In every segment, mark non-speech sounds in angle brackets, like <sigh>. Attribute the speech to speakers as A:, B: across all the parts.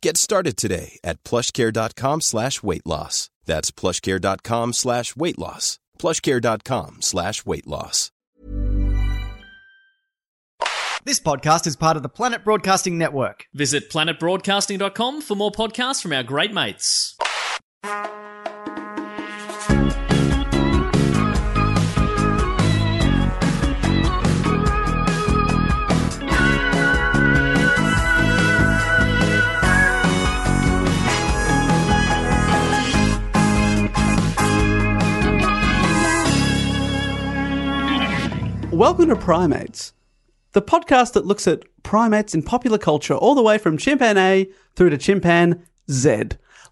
A: Get started today at plushcare.com slash weight loss. That's plushcare.com slash weight loss. Plushcare.com slash weight loss.
B: This podcast is part of the Planet Broadcasting Network.
C: Visit planetbroadcasting.com for more podcasts from our great mates.
D: Welcome to Primates, the podcast that looks at primates in popular culture all the way from chimpan A through to chimpan Z.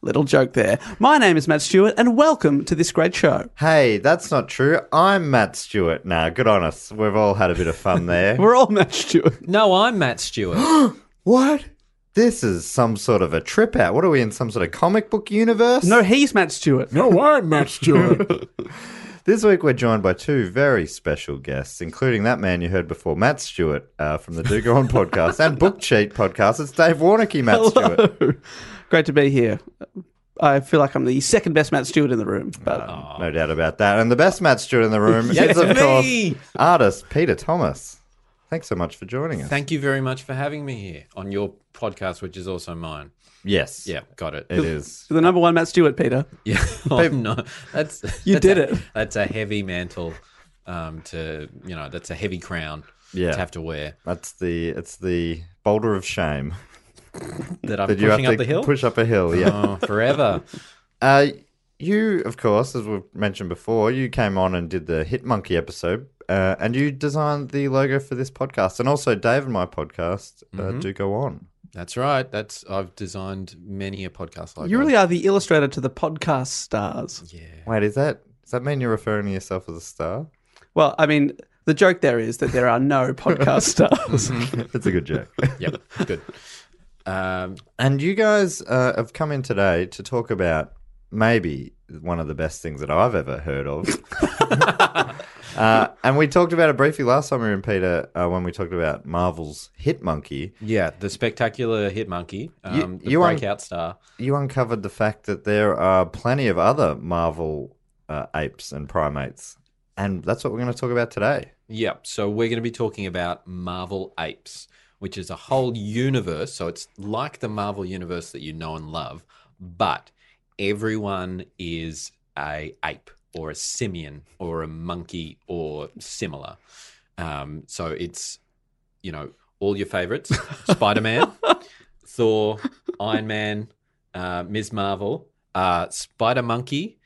D: Little joke there. My name is Matt Stewart, and welcome to this great show.
E: Hey, that's not true. I'm Matt Stewart. Now, good on us. We've all had a bit of fun <laughs> there.
D: We're all Matt Stewart.
F: No, I'm Matt Stewart.
E: what? This is some sort of a trip out. What are we in some sort of comic book universe?
D: No, he's Matt Stewart.
G: No, I'm Matt Stewart.
E: This week we're joined by two very special guests, including that man you heard before, Matt Stewart uh, from the Do Go On podcast and Book Cheat podcast. It's Dave Warnocky, Matt Stewart.
D: <laughs> Great to be here. I feel like I'm the second best Matt Stewart in the room, but
G: Ah.
E: No doubt about that. And the best Matt Stewart in the room is, of course, artist Peter Thomas. Thanks so much for joining us.
F: Thank you very much for having me here on your podcast, which is also mine.
E: yes.
F: Yeah, got it.
E: It is.
D: you're the number one Matt Stewart, Peter.
F: Yeah. <laughs> Oh, no, that's
D: You
F: that's
D: did
F: a-
D: it.
F: That's a heavy mantle. Um, to you know, that's a heavy crown.
E: Yeah.
F: To have to wear
E: That's the it's the boulder of shame.
F: that I'm
E: That you
F: pushing
E: have
F: up
E: to
F: the hill
E: push up a hill, yeah.
F: oh, forever.
E: Uh, you, of course, as we've mentioned before, you came on and did the Hit Monkey episode, uh, and you designed the logo for this podcast, and also Dave and my podcast uh, do go on.
F: That's right. That's I've designed many a podcast like
D: You really are the illustrator to the podcast stars.
E: Wait, is that does that mean you're referring to yourself as a <laughs> star?
D: Well, I mean, the joke there is that there are no <laughs> podcast
G: <laughs>
D: stars.
E: It's a good joke.
F: Yep. Good. Um,
E: <laughs> and you guys uh, have come in today to talk about maybe one of the best things that I've ever heard <laughs> of. Uh, and we talked about it briefly last time we were in Peter uh, when we talked about Marvel's Hit Monkey.
F: yeah, the spectacular hit monkey, um, the
E: you un-
F: breakout star.
E: you uncovered the fact that there are plenty of other Marvel uh, apes and primates, and that's what we're going to talk about today.
F: Yep. So we're going to be talking about Marvel Apes, which is a whole universe. So it's like the Marvel universe that you know and love, but everyone is a ape or a simian or a monkey or similar. Um, so it's you know all
D: <laughs>
F: your favorites: Spider Man, Thor, Iron Man, uh, Ms. Marvel, uh, Spider Monkey,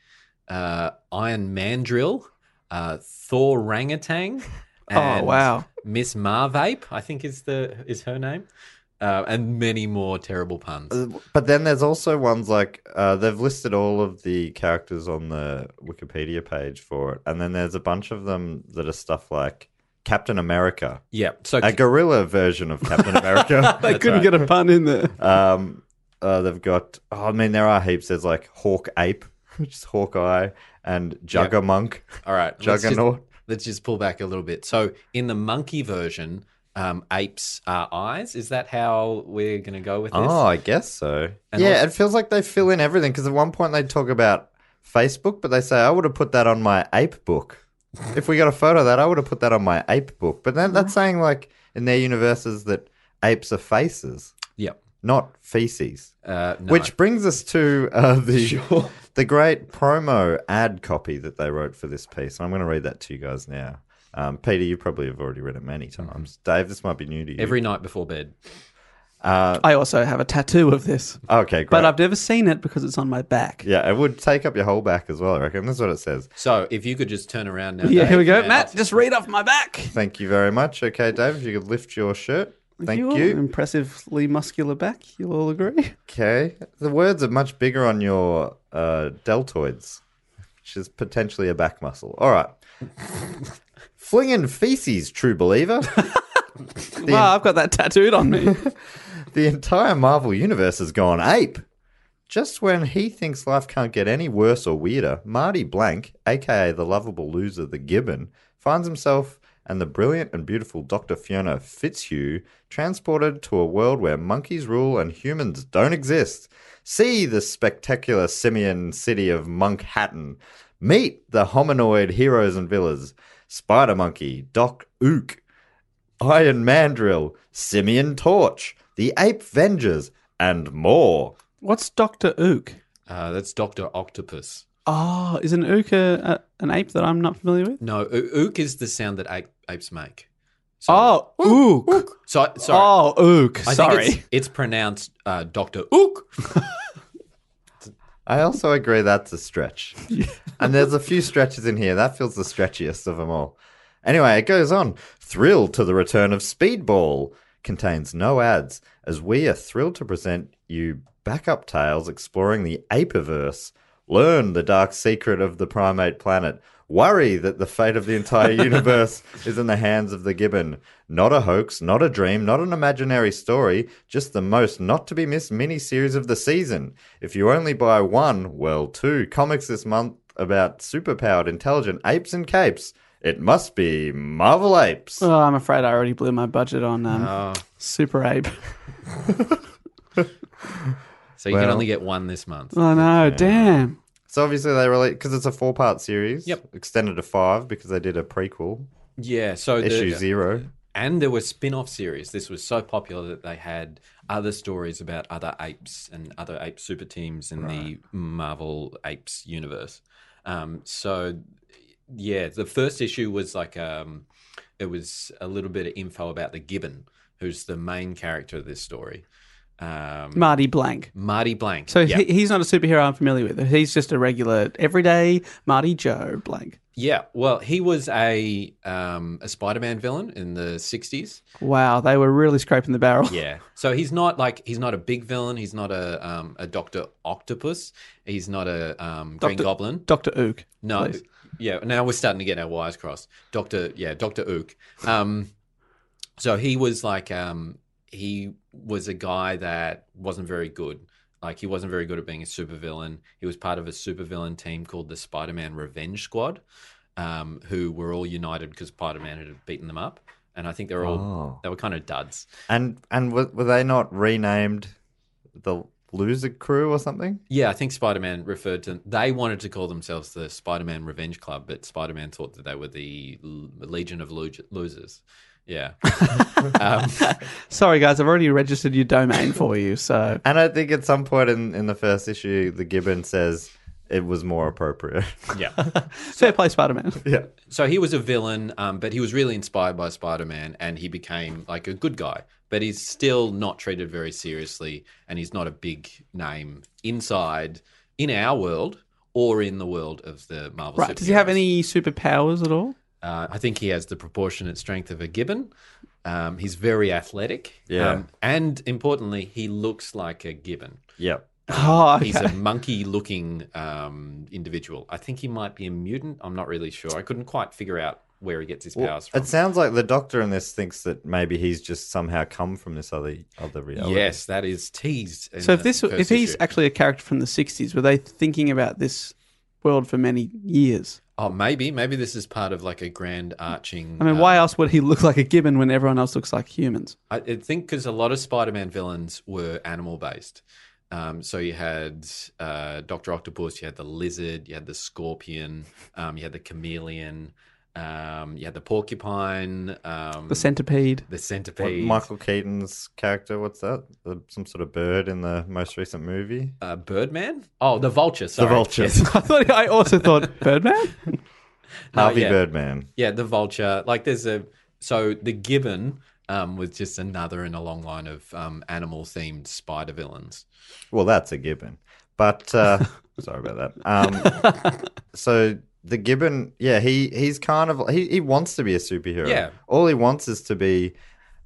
F: uh, Iron Mandrill, uh, Thor Rangatang.
D: <laughs> oh, wow.
F: Miss Marvape, I think is the is her name, uh, and many more terrible puns.
D: Uh,
E: But then there's also ones like uh, they've listed all of the characters on the Wikipedia page for it, and then there's a bunch of them that are stuff like Captain America,
F: yeah, so
E: a gorilla version of Captain America.
F: <laughs>
D: They couldn't get a pun in there.
E: um, uh, they've got, oh, I mean, there are heaps. There's like Hawk Ape, <laughs> which is Hawkeye, and Juggermunk.
F: all right, let's just-
E: Juggernaut.
F: Let's just pull back a little bit. So in the monkey version, um, apes are eyes. Is that how we're going to go with this?
D: Ah.
E: Oh, I guess so.
F: And
E: yeah,
F: also-
E: it feels like they fill in everything because at one point they talk about Facebook, but they say, I would have put that on my ape book. if we got a photo of that, I would have put that on my ape book. But then that's saying, like, in their universes, that apes are faces.
F: Yep.
E: not feces.
F: Uh, no.
E: Which brings us to uh,
F: <laughs>
E: the the great promo ad copy that they wrote for this piece. And I'm going to read that to you guys now. Um, Peter, you probably have already read it many times. Dave, this might be new to you.
F: Mm-hmm. every night before bed.
E: uh,
D: I also have a tattoo of this,
E: okay, great.
D: but I've never seen it because it's on my back.
E: yeah, it would take up your whole back as well. I reckon that's what it says.
F: So if you could just turn around now.
D: <laughs> Yeah,
F: Dave,
D: here we go.
F: and-
D: Matt, just read off my back.
E: Thank you very much. Okay, Dave, if you could lift your shirt. Thank
D: Your
E: you.
D: Impressively muscular back, you'll all agree.
E: Okay. The words are much bigger on your uh, deltoids, which is potentially a back muscle. All right. Flinging feces, true believer. the,
D: Wow, I've got that tattooed on me.
E: the entire Marvel universe has gone ape. Just when he thinks life can't get any worse or weirder, Marty Blank, aka the lovable loser, the Gibbon, finds himself and the brilliant and beautiful Dr. Fiona Fitzhugh transported to a world where monkeys rule and humans don't exist. See the spectacular simian city of Monkhattan. Meet the hominoid heroes and villas Spider Monkey, Doc Ook, Iron Mandrill, Simeon Torch, the Ape Vengers, and more.
D: What's Doctor Ook?
F: Uh, that's Doctor Octopus.
D: Oh, is an Ook a, a, an ape that I'm not familiar with?
F: No, oo- ook is the sound that ape, apes make. So,
D: Oh, Ook.
F: so sorry.
D: Oh, Ook.
F: I
D: Sorry.
F: think it's, it's pronounced uh, Doctor Ook.
E: I also agree that's a stretch. and there's a few stretches in here. That feels the stretchiest of them all. Anyway, it goes on. Thrilled to the return of Speedball contains no ads, as we are thrilled to present you backup tales exploring the Apiverse. Learn the dark secret of the primate planet. Worry that the fate of the entire universe is in the hands of the gibbon. Not a hoax, not a dream, not an imaginary story, just the most not to be missed mini series of the season. If you only buy one, well, two comics this month about superpowered, intelligent apes and capes, it must be Marvel Apes.
F: Uh.
D: Oh, I'm afraid I already blew my budget on um,
F: Oh,
D: Super Ape. <laughs>
F: so you can
E: Well.
F: only get one this month.
D: Oh no, damn.
E: So obviously they relate because it's a four part series.
F: Yep.
E: Extended to five because they did a prequel,
F: Yeah. So the-
E: issue zero.
F: and there were spin-off series. This was so popular that they had other stories about other apes and other ape super teams in the Marvel Apes universe. Um, so, yeah, the first issue was like um, it was a little bit of info about the Gibbon, who's the main character of this story. Um,
D: Marty Blank.
F: Marty Blank.
D: So
F: yeah.
D: he, he's not a superhero I'm familiar with. He's just a regular, everyday Marty Joe Blank.
F: yeah, well, he was a um, a Spider-Man villain in the '60s.
D: Wow, they were really scraping the barrel.
F: Yeah. So he's not like he's not a big villain. He's not a um, a Doctor Octopus. He's not a um, Green
D: Doctor-
F: Goblin.
D: <laughs> Doctor Ook.
F: No.
D: please.
F: Yeah. Now we're starting to get our wires crossed. Doctor. Yeah. Doctor Ook. Um, so he was like um, he was a guy that wasn't very good. Like he wasn't very good at being a supervillain. He was part of a supervillain team called the Spider-Man Revenge Squad, um, who were all united because Spider-Man had beaten them up, and I think they're all
E: Oh.
F: they were kind of duds.
E: And and were, were they not renamed the Loser Crew or something?
F: Yeah, I think Spider Man referred to. They wanted to call themselves the Spider Man Revenge Club, but Spider Man thought that they were the L- Legion of Lo- Losers.
D: <laughs>
F: Yeah. um,
D: Sorry, guys, I've already registered your
F: <laughs>
D: domain for you. So
E: And I think at some point in, in the first issue, the Gibbon says it was more appropriate.
F: <laughs> yeah.
D: fair play, Spider
F: <laughs>
D: Man.
E: yeah.
F: So he was a villain, um, but he was really inspired by Spider Man and he became like a good guy. But he's still not treated very seriously and he's not a big name inside, in our world or in the world of the Marvel
D: Right? Does he have
F: superheroes.
D: any superpowers at all?
F: Uh, I think he has the proportionate strength of a gibbon. Um, he's very athletic.
E: Yeah.
F: Um, and importantly, he looks like a gibbon.
E: Yeah.
D: Oh,
F: He's
D: okay.
F: a monkey looking um, individual. I think he might be a mutant. I'm not really sure. I couldn't quite figure out where he gets his
E: Well,
F: powers
E: it
F: from.
E: sounds like the doctor in this thinks that maybe he's just somehow come from this other other reality.
F: Yes, that is teased. in
D: So if
F: the
D: this,
F: first
D: if he's
F: issue.
D: actually a character from the '60s, were they thinking about this world for many years?
F: oh, maybe, maybe this is part of like a grand arching.
D: I mean,
F: um,
D: why else would he look like a gibbon when everyone else looks like humans?
F: I I think because a lot of Spider-Man villains were animal-based. Um, so you had uh, Doctor Octopus, you had the lizard, you had the scorpion, um, you had the chameleon, Um, you had the porcupine, um,
D: The centipede. <laughs>
F: the
E: What,
F: centipede,
E: Michael Keaton's character, what's that? The- Some sort of bird in the most recent movie?
F: uh, Birdman. Oh, the vulture. Sorry.
E: vulture.
D: I thought I also
F: <laughs>
D: thought Birdman.
F: No,
E: Harvey
F: yeah.
E: Birdman.
F: Yeah, the vulture. Like there's a so the gibbon um, was just another in a long line of um, animal themed spider villains.
E: Well, that's a gibbon. But
F: <laughs>
E: uh, sorry about that. Um, so the gibbon, yeah, he he's kind of he, he wants to be a superhero.
F: Yeah.
E: all he wants is to be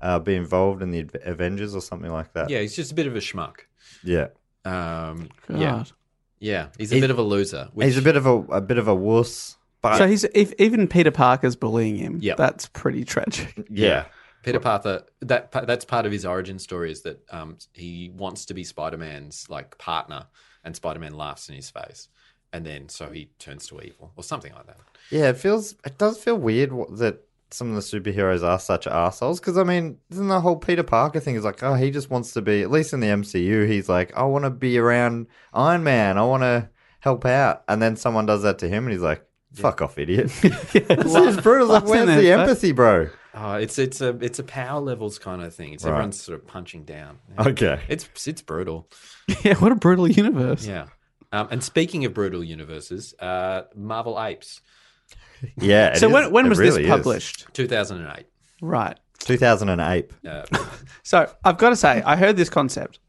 E: uh, be involved in the Ad- Avengers or something like that.
F: Yeah, he's just a bit of a schmuck.
E: yeah.
F: Um, yeah,
D: God.
F: yeah, he's a
E: He-
F: bit of a loser. Which,
E: he's a bit of a a bit of a wuss. But
D: So he's if, even Peter Parker's bullying him.
F: Yeah.
D: that's pretty tragic.
E: yeah,
F: Peter Parker. That pa- that's part of his origin story is that um, he wants to be Spider Man's like partner, and Spider Man laughs in his face, and then so he turns to evil or something like that.
E: yeah, it feels it does feel weird wh- that some of the superheroes are such assholes because I mean, isn't the whole Peter Parker thing is like, oh, he just wants to be at least in the MCU. He's like, I want to be around Iron Man. I want to help out, and then someone does that to him, and he's like. Fuck off,
D: <laughs>
E: idiot! <laughs> this is brutal. Like,
D: Lots in
E: where's
D: there,
E: the
D: but-
E: empathy, bro?
F: Oh, it's it's a it's a power levels kind of thing. It's
E: Right.
F: everyone's sort of punching down. <laughs>
E: Okay.
F: It's it's brutal.
D: <laughs> Yeah, what a brutal universe.
F: Yeah. Um, and speaking of brutal universes, uh, Marvel Apes,
E: Yeah. it
D: So
E: is-
D: when when
E: it
D: was
E: really
D: this
E: is.
D: published?
F: 2008.
D: Right.
E: 2008.
F: Uh,
D: So I've got to say, I heard this concept.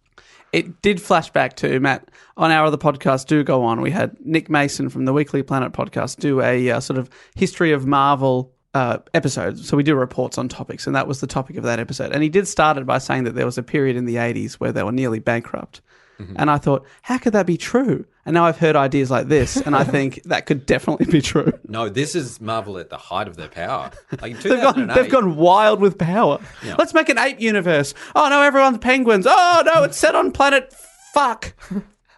D: It did flash back to Matt on our other podcast. Do go on. We had Nick Mason from the Weekly Planet podcast do a uh, sort of history of Marvel uh, episodes. So we do reports on topics, and that was the topic of that episode. And he did start it by saying that there was a period in the '80s where they were nearly bankrupt.
E: Mm-hmm.
D: And I thought, how could that be true? And now I've heard ideas like this, and I think that could definitely be true.
F: no, this is Marvel at the height of their power. Like in <laughs>
D: They've gone,
F: 2008.
D: they've gone wild with power. Let's make an ape universe. Oh no, everyone's penguins. Oh no, it's set on planet fuck.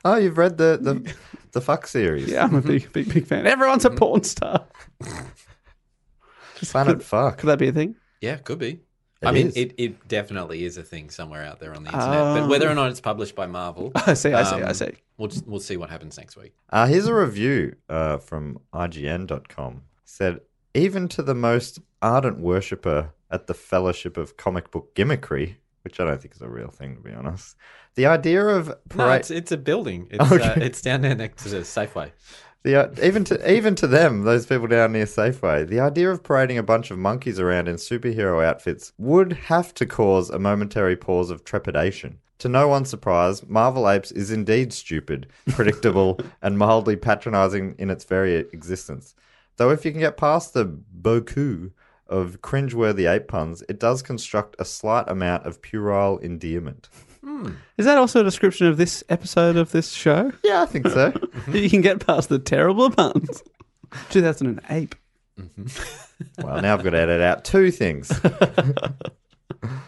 E: Oh, you've read the
D: <laughs>
E: the, the fuck series.
D: Yeah, I'm a big, big, big fan. Everyone's a porn star.
E: Planet fuck.
D: Could that be a thing? <laughs>
F: Yeah, could be.
E: It
F: I mean,
E: is. Um,
F: it, it definitely is a thing somewhere out there on the internet. But whether or not it's published by Marvel,
D: I see, I see, I
F: um,
D: see.
F: We'll, just, we'll see what happens next week.
E: Uh, here's a review uh, from IGN.com. Said, even to the most ardent worshipper at the Fellowship of Comic Book Gimmickry, which I don't think is a real thing, to be honest, the idea of
F: No,
E: parade,
F: it's, it's a building. It's, uh,
E: Okay.
F: it's down there next to the Safeway.
E: the, uh, even to even to them, those people down near Safeway, the idea of parading a bunch of monkeys around in superhero outfits would have to cause a momentary pause of trepidation. To no one's surprise, Marvel Apes is indeed <laughs> stupid, predictable, and mildly patronizing in its very existence. Though if you can get past the boku of cringeworthy ape puns, it does construct a slight amount of puerile endearment.
D: Is that also a description of this episode of this show?
E: Yeah, I think <laughs> so.
D: you can get past the terrible puns. 2008.
E: Well, now I've got to edit out two things. <laughs>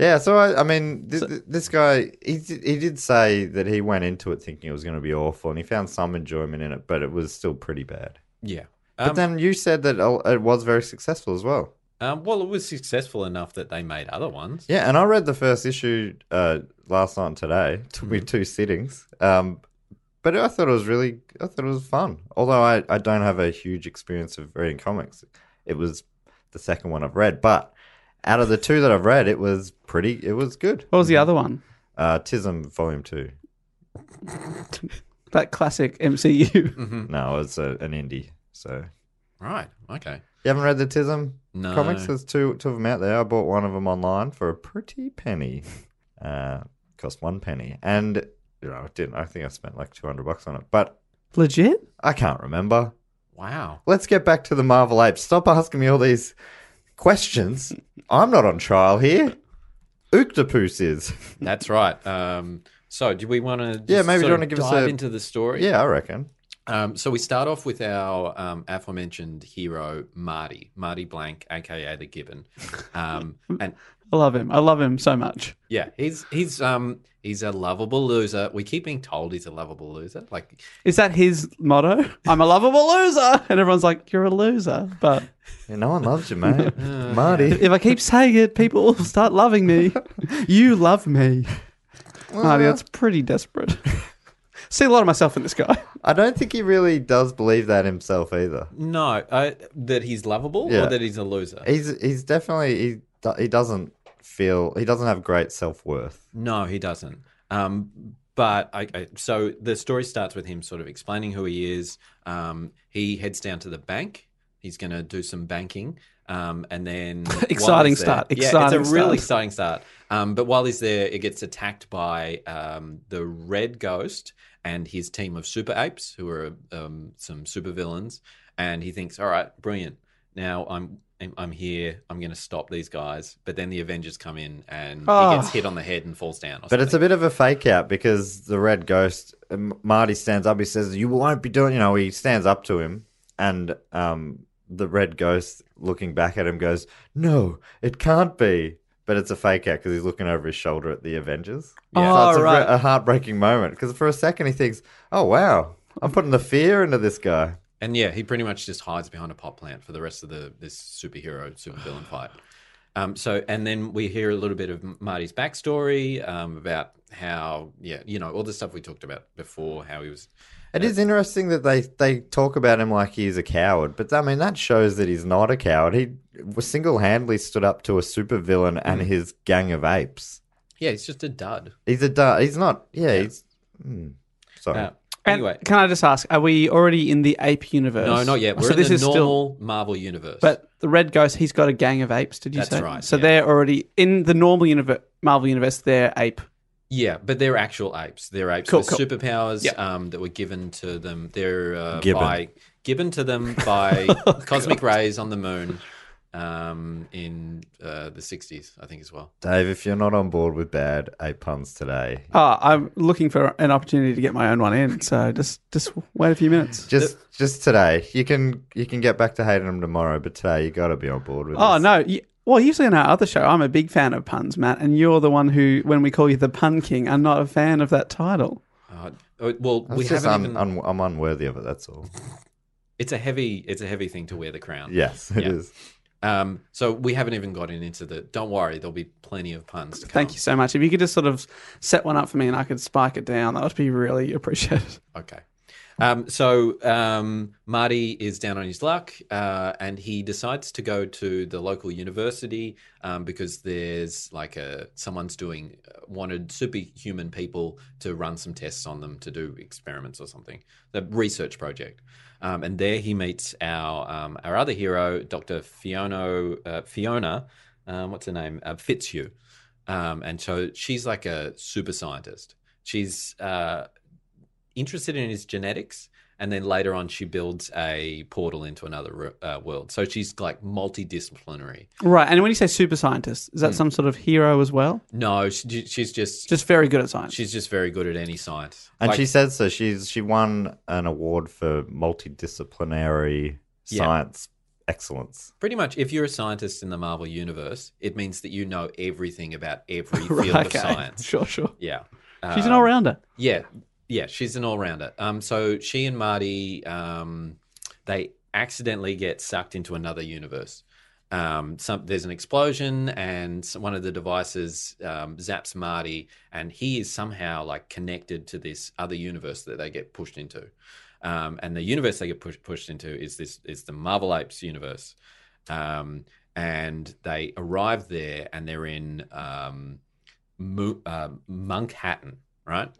E: yeah, so I, I mean, th- th- this guy, he, d- he did say that he went into it thinking it was going to be awful, and he found some enjoyment in it, but it was still pretty bad.
F: Yeah.
E: But
F: Um,
E: then you said that oh, it was very successful as well.
F: um, well, it was successful enough that they made other ones.
E: Yeah, and I read the first issue uh, last night and today. Took me two sittings. Um, but I thought it was really, I thought it was fun. Although I, I don't have a huge experience of reading comics. It was the second one I've read, but out of the two that I've read, it was pretty, it was good.
D: What was the other one?
E: Uh, Tism Volume 2.
D: That classic MCU.
E: No, it's a, an indie. So
F: Right. Okay.
E: you haven't read the Tism
F: No.
E: comics? There's two, two of them out there. I bought one of them online for a pretty penny. Uh, cost one penny. And, you know, it didn't. I think I spent like 200 bucks on it. But
D: Legit?
E: I can't remember.
F: Wow.
E: Let's get back to the Marvel Apes. Stop asking me all these questions. I'm not on trial here. Octopus is.
F: That's right. Um, so, do we want to?
E: Yeah, maybe you
F: want
E: wanna give us
F: dive
E: a-
F: into the story.
E: Yeah, I reckon.
F: Um, so we start off with our um, aforementioned hero Marty, Marty Blank, aka the Gibbon,
E: <laughs>
F: um, and
D: I love him. I love him so much.
F: yeah, he's he's um, he's a lovable loser. We keep being told he's a lovable loser. Like,
D: Is that his motto? I'm a lovable loser. <laughs> And everyone's like, you're a loser. But
E: Yeah, no one loves you, mate. Marty.
D: if I keep saying it, people will start loving me. You love me. Marty, that's pretty desperate. <laughs> see a lot of myself in this guy.
E: I don't think he really does believe that himself either.
F: No, uh, that he's lovable
E: Yeah.
F: or that he's a loser.
E: He's he's definitely he do- he doesn't feel he doesn't have great self worth.
F: No, he doesn't. Um, but I, I, so the story starts with him sort of explaining who he is. Um, he heads down to the bank. He's going to do some banking, um, and
D: <laughs>
F: then while
D: Exciting
F: he's there-
D: start,
F: yeah,
D: exciting
F: it's a really
D: start.
F: exciting start. Um, but while he's there, it gets attacked by um, the Red Ghost and his team of super apes, who are um, some super villains. And he thinks, "All right, brilliant. Now I'm." I'm- I'm here. I'm going to stop these guys, but then the Avengers come in and he gets
D: Oh.
F: hit on the head and falls down. Or
E: But
F: something.
E: it's a bit of a fake out because the red ghost M- Marty stands up. He says, "You won't be doing." You know, he stands up to him, and um, the red ghost looking back at him goes, "No, it can't be." But it's a fake out because he's looking over his shoulder at the Avengers.
D: Yeah.
E: So it's
D: Oh,
E: a,
D: right.
E: a heartbreaking moment because for a second he thinks, "Oh wow, I'm putting the fear into this guy."
F: And yeah, he pretty much just hides behind a pot plant for the rest of the this superhero
D: <sighs>
F: supervillain fight. Um, so, and then we hear a little bit of Marty's backstory um, about how, yeah, you know, all the stuff we talked about before, how he was.
E: It is interesting that they, they talk about him like he's a coward, but I mean that shows that he's not a coward. He was single handedly stood up to a supervillain and
F: Mm.
E: his gang of apes.
F: Yeah, he's just a dud.
E: He's a du- he's not yeah, he's hmm. sorry.
F: Uh,
D: And
F: anyway,
D: can I just ask, are we already in the ape universe?
F: no, not yet. We're
D: so
F: in
D: this
F: the
D: is still.
F: normal Marvel universe.
D: But the red ghost, he's got a gang of apes. Did you
F: That's
D: say?
F: right,
D: So
F: yeah.
D: they're already in the normal universe, Marvel universe. They're ape.
F: yeah, but they're actual apes. They're apes
D: Cool,
F: with
D: cool.
F: superpowers
D: Yeah.
F: um, that were given to them. They're uh,
E: Given.
F: by given
D: <laughs>
F: to them by
D: Oh,
F: cosmic rays on the moon um, in uh, the '60s, I think, as well.
E: Dave, if you're not on board with bad ape puns today,
D: Oh, I'm looking for an opportunity to get my own one in. So just just wait a few minutes.
E: just just today. You can you can get back to hating him tomorrow, but today you gotta be on board with
D: Oh
E: this.
D: no! y- Well, usually in our other show, I'm a big fan of puns, Matt, and you're the one who, when we call you the Pun King, are not a fan of that title.
F: Uh, oh, well,
E: That's
F: we
E: just
F: haven't
E: un,
F: even.
E: un, I'm unworthy of it, that's all.
F: it's a heavy. It's a heavy thing to wear the crown.
E: Yes, it is.
F: Yeah. Um. So we haven't even gotten into the. Don't worry, there'll be plenty of puns. To come.
D: Thank you so much. If you could just sort of set one up for me, and I could spike it down, that would be really appreciated.
F: Okay. Um. So um, Marty is down on his luck, uh, and he decides to go to the local university um, because there's like a someone's doing uh, wanted superhuman people to run some tests on them to do experiments or something. The research project. Um, and there he meets our um, our other hero, Dr. Fiona uh, Fiona, um, what's her name? Uh, Fitzhugh. Um, and so she's like a super scientist. She's uh, interested in his genetics, and then later on she builds a portal into another uh, world. So she's like multidisciplinary.
D: Right. And when you say super scientist, is that
F: Hmm.
D: some sort of hero as well?
F: No, she, she's just,
D: Just very good at science.
F: she's just very good at any science.
E: And
F: Like-
E: she said so. She's she won an award for multidisciplinary
F: Yeah.
E: science excellence.
F: Pretty much, if you're a scientist in the Marvel universe, it means that you know everything about every
D: <laughs>
F: field
D: Right,
F: of science.
D: Sure, sure.
F: Yeah,
D: She's an
F: Um,
D: all rounder.
F: Yeah, yeah, she's an all rounder. Um, so she and Marty, um, they accidentally get sucked into another universe. Um, some, there's an explosion, and some- one of the devices um, zaps Marty, and he is somehow like connected to this other universe that they get pushed into. Um, and the universe they get push, pushed into is this is the Marvel Apes universe. Um, and they arrive there, and they're in um, Mo- uh, Monkhattan, right?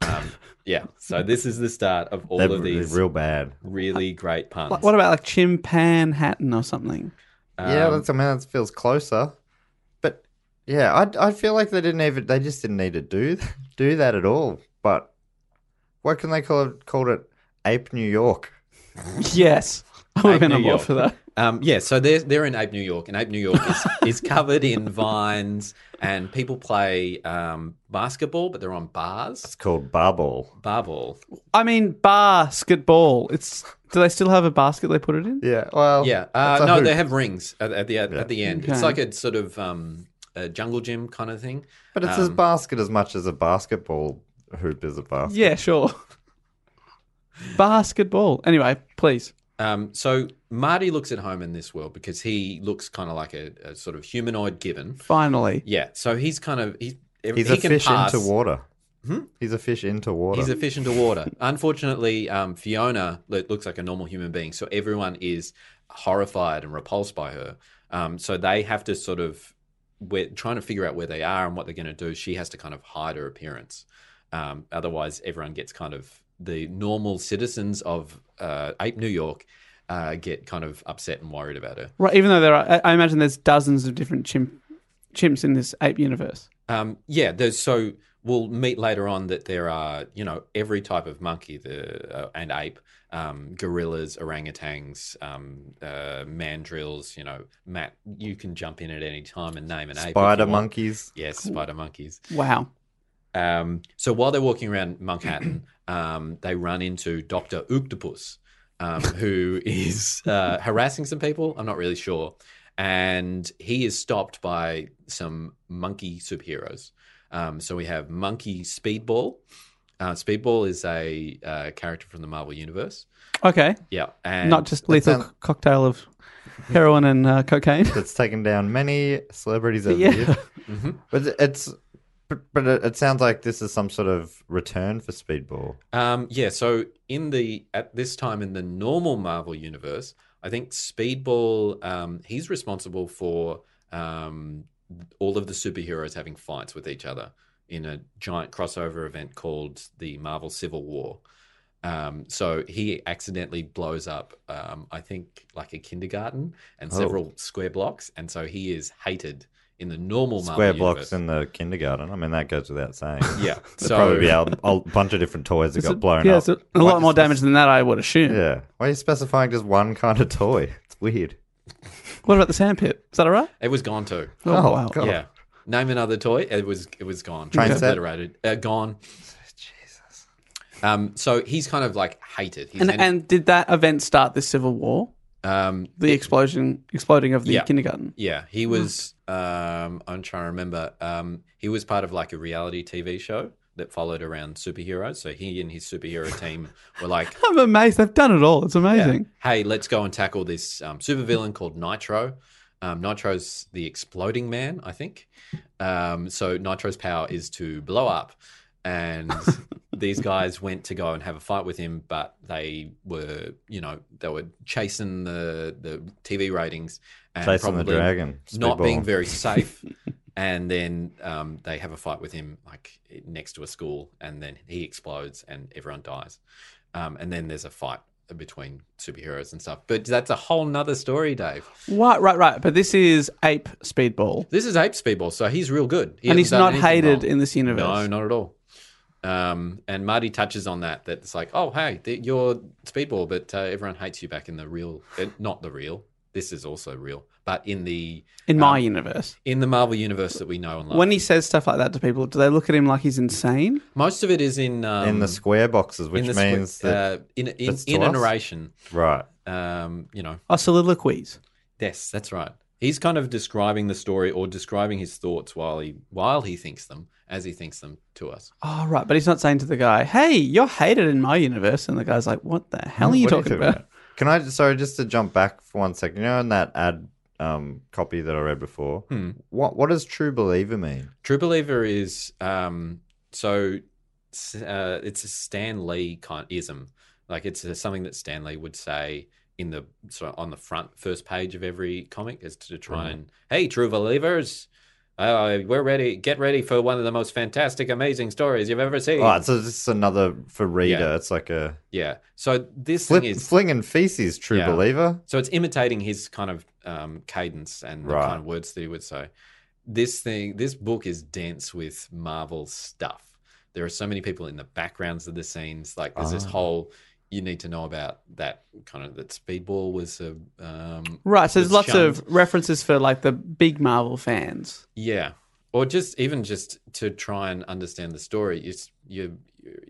F: Um, yeah. So this is the start of all
E: They're,
F: of
E: they're
F: these
E: real bad.
F: really great puns.
D: Like, what about like Chimpan Hatton or
F: <laughs>
D: something?
E: yeah,
F: Um,
E: that's I mean that feels closer. But yeah, I I feel like they didn't even they just didn't need to do do that at all. But what can they call it called it Ape New York?
D: yes. I would have
F: Ape
D: been
F: New
D: on board
F: York.
D: for that.
F: Um, yeah, so they're, they're in Ape New York, and Ape New York
E: <laughs>
F: is, is covered in vines, and people play um, basketball, but they're on bars.
E: It's called Bubble.
F: Barball.
D: I mean, basketball. It's do they still have a basket they put it in?
E: Yeah. Well
F: Yeah.
E: that's
F: Uh,
E: a
F: no,
E: hoop.
F: they have rings at, at the at, the end.
D: Okay.
F: It's like a sort of um, a jungle gym kind of thing.
E: But it's
F: um,
E: as basket as much as a basketball hoop is a basket.
D: Yeah, sure. basketball. Anyway, please.
F: Um, so Marty looks at home in this world because he looks kind of like a, a sort of humanoid gibbon.
D: Finally.
F: Yeah. So he's kind of he,
E: He's
F: he
E: a
F: can
E: fish
F: pass. Hmm?
E: into water. He's a fish into water.
F: He's efficient to water. Unfortunately, um, Fiona lo- looks like a normal human being, so everyone is horrified and repulsed by her. Um, so they have to sort of we're trying to figure out where they are and what they're going to do. She has to kind of hide her appearance. Um, otherwise, everyone gets kind of the normal citizens of uh, Ape New York uh, get kind of upset and worried about her.
D: Right, even though there are, I I imagine there's dozens of different chimp, chimps in this ape universe.
F: Um, yeah, there's so we'll meet later on that there are you know every type of monkey the uh, and ape, um, gorillas, orangutans, um, uh, mandrills. You know, Matt, you can jump in at any time and name an ape. if you
E: Spider
F: want.
E: monkeys.
F: Yes, spider monkeys.
D: Wow.
F: Um, so while they're walking around Manhattan, <clears throat> um, they run into Doctor Octopus, um, who is uh, harassing some people. I'm not really sure, and he is stopped by some monkey superheroes. Um, so we have Monkey Speedball. Uh, Speedball is a uh, character from the Marvel Universe.
D: Okay.
F: Yeah, and
D: Not just lethal
E: sounds-
D: c- cocktail of heroin and uh, cocaine.
E: That's taken down many celebrities over
D: Yeah.
E: the
F: <laughs>
E: years.
D: Mm-hmm.
E: But it's but, but it, it sounds like this is some sort of return for Speedball.
F: Um, yeah, so in the at this time in the normal Marvel universe, I think Speedball um, he's responsible for um, all of the superheroes having fights with each other in a giant crossover event called the Marvel Civil War. Um, so he accidentally blows up, um, I think, like a kindergarten and
E: Oh.
F: several square blocks, and so he is hated in the normal Marvel
E: Square blocks
F: universe.
E: in the kindergarten. I mean, that goes without saying.
F: <laughs>
E: <laughs>
F: yeah,
E: There'd
F: so
E: probably be a, a bunch of different toys that got <laughs> blown
D: yeah,
E: up.
D: it's a, a lot more damage than that, I would assume.
E: yeah. Why are you specifying just one kind of toy? It's weird.
D: What about the sandpit? Is that all right?
F: it was gone too.
E: Oh,
D: wow.
E: God.
F: Yeah. Name another toy. It was it was gone.
E: Train
F: It was
E: set.
F: obliterated. Uh, gone. Jesus. Um. So he's kind of like hated. He's
D: And,
F: an-
D: and did that event start this civil war?
F: um.
D: The explosion, exploding of the
F: Yeah.
D: kindergarten.
F: Yeah. He was.
D: Hmm.
F: Um. I'm trying to remember. Um. He was part of like a reality TV show that followed around superheroes. So he and his superhero team were like,
D: <laughs> I'm amazed. They've done it all. It's amazing.
F: hey, let's go and tackle this um, supervillain called Nitro. Um, Nitro's the exploding man, I think. Um, so Nitro's power is to blow up.
E: <laughs>
F: And these guys went to go and have a fight with him, but they were, you know, they were chasing the, the TV ratings and
E: Chasing the
F: probably
E: dragon.
F: not being
E: Speedball.
D: <laughs>
F: very safe. and then um, they have a fight with him, like next to a school, and then he explodes and everyone dies. Um, and then there's a fight between superheroes and stuff. But that's a whole nother story, Dave.
D: Right, right, right. But this is ape speedball.
F: This is Ape Speedball, so he's real good. He
D: And
F: hasn't
D: he's
F: done
D: not
F: anything
D: hated
F: wrong.
D: in this universe.
F: No, not at all. Um, and Marty touches on that. That it's like, oh, hey, th- you're Speedball, but uh, everyone hates you back in the real, eh, not the real. This is also real, but in the
D: In my
F: um,
D: universe.
F: in the Marvel universe that we know and love.
D: When he says stuff like that to people, do they look at him like he's insane?
F: Most of it is in um,
E: in the square boxes, which
F: in the squ-
E: means that
F: uh, in in,
E: that's to
F: in a
E: us?
F: narration.
E: right.
F: Um, you know,
D: Or Oh, soliloquies?
F: yes, that's right. He's kind of describing the story or describing his thoughts while he while he thinks them as he thinks them to us.
D: Oh, right. But he's not saying to the guy, hey, you're hated in my universe. And the guy's like, what the hell are you
E: What
D: talking about?
E: Can I sorry just to jump back for one second? You know, in that ad um, copy that I read before,
F: Hmm.
E: what what does true believer mean?
F: True Believer is um, so s- uh, it's a Stan Lee kind ism, like it's uh something that Stan Lee would say in the so on the front first page of every comic is to try
E: Mm-hmm.
F: and hey, True Believers. Uh, we're ready. Get ready for one of the most fantastic, amazing stories you've ever seen.
E: Oh, so this is another for reader.
F: Yeah.
E: It's like a
F: Yeah. So this
E: flip,
F: thing is
E: flinging feces. True
F: Yeah.
E: believer.
F: so it's imitating his kind of um, cadence and the
E: Right.
F: kind of words that he would say. This thing, this book is dense with Marvel stuff. There are so many people in the backgrounds of the scenes. Like there's this
E: Ah.
F: whole you need to know about that kind of that Speedball was a um,
D: Right, so
F: was
D: there's lots
F: shunned.
D: of references for like the big Marvel fans.
F: Yeah, or just even just to try and understand the story, you s- you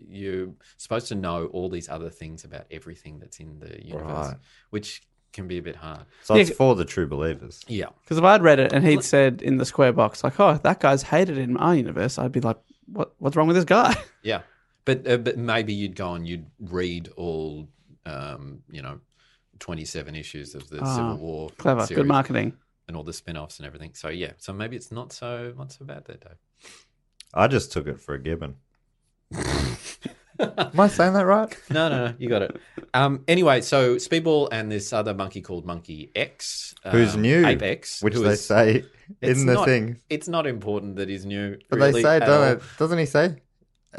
F: you're supposed to know all these other things about everything that's in the universe,
E: Right.
F: which can be a bit hard.
E: So it's
D: Yeah.
E: for the true believers.
F: Yeah,
D: Because if I'd read it and he'd said in the square box, like, oh, that guy's hated in my universe, I'd be like, what, what's wrong with this guy? <laughs>
F: yeah, but uh, but maybe you'd go and you'd read all, um, you know, twenty seven issues of the
D: Ah,
F: Civil War
D: Clever,
F: series
D: good marketing.
F: and all the spin offs and everything. So yeah, so maybe it's not so not so bad there, Dave. <laughs>
E: I just took it for a gibbon. Am I saying that right?
F: No, no, no. You got it. Um, anyway, so Speedball and this other monkey called Monkey X, um,
E: Who's new?
F: Ape X,
E: which
F: who
E: they
F: is-
E: say
F: it's
E: in the
F: not-
E: thing.
F: It's not important that he's new.
E: But
F: really,
E: they say,
F: at all.
E: don't it, doesn't he say?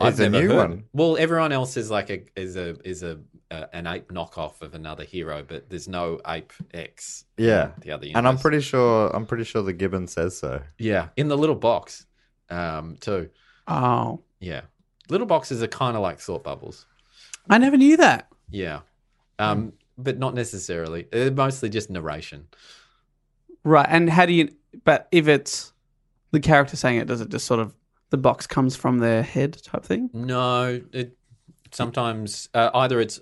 E: It's a
F: never
E: new
F: heard-
E: one.
F: Well, everyone else is like a is a is a uh, an ape knockoff of another hero, but there's no ape X. in
E: Yeah.
F: the other.
E: And I'm
F: universe.
E: pretty sure I'm pretty sure the Gibbon says so.
F: yeah in the little box, um, too.
D: Oh,
F: Yeah, little boxes are kind of like thought bubbles.
D: I never knew that.
F: Yeah,
E: Hmm.
F: um, but not necessarily. They're mostly just narration.
D: Right. And how do you? But if it's the character saying it, does it just sort of the box comes from their head type thing?
F: No, it sometimes uh, either it's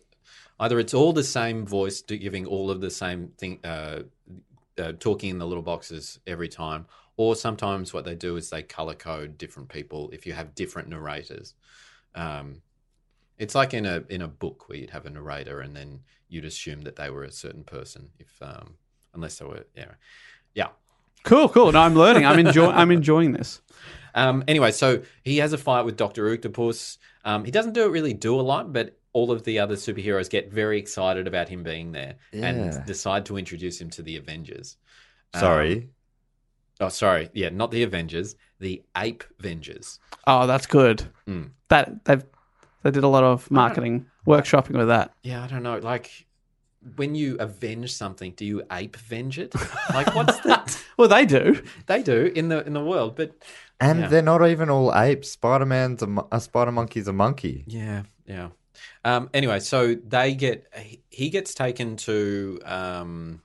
F: either it's all the same voice do- giving all of the same thing, uh, uh, talking in the little boxes every time, or sometimes what they do is they color code different people if you have different narrators. Um, it's like in a in a book where you'd have a narrator and then you'd assume that they were a certain person if um, unless they were yeah yeah
D: Cool, cool. No, I'm learning. I'm <laughs> enjoying. I'm enjoying this.
F: um, anyway, so he has a fight with Doctor Octopus. Um, he doesn't do it really do a lot, but all of the other superheroes get very excited about him being there
E: Yeah.
F: and decide to introduce him to the Avengers. Um,
E: Sorry.
F: oh, sorry. Yeah, not the Avengers, the Ape Avengers.
D: Oh, that's good.
F: Mm.
D: That they've they did a lot of marketing workshopping with that.
F: Yeah, I don't know. Like, when you avenge something, do you ape venge it? Like, what's that?
D: Well, they do.
F: they do in the in the world, but
E: and
F: yeah.
E: they're not even all apes. Spider Man's a, mo- a spider monkey's a monkey.
F: Yeah, yeah. Um, anyway, so they get he- he gets taken to um,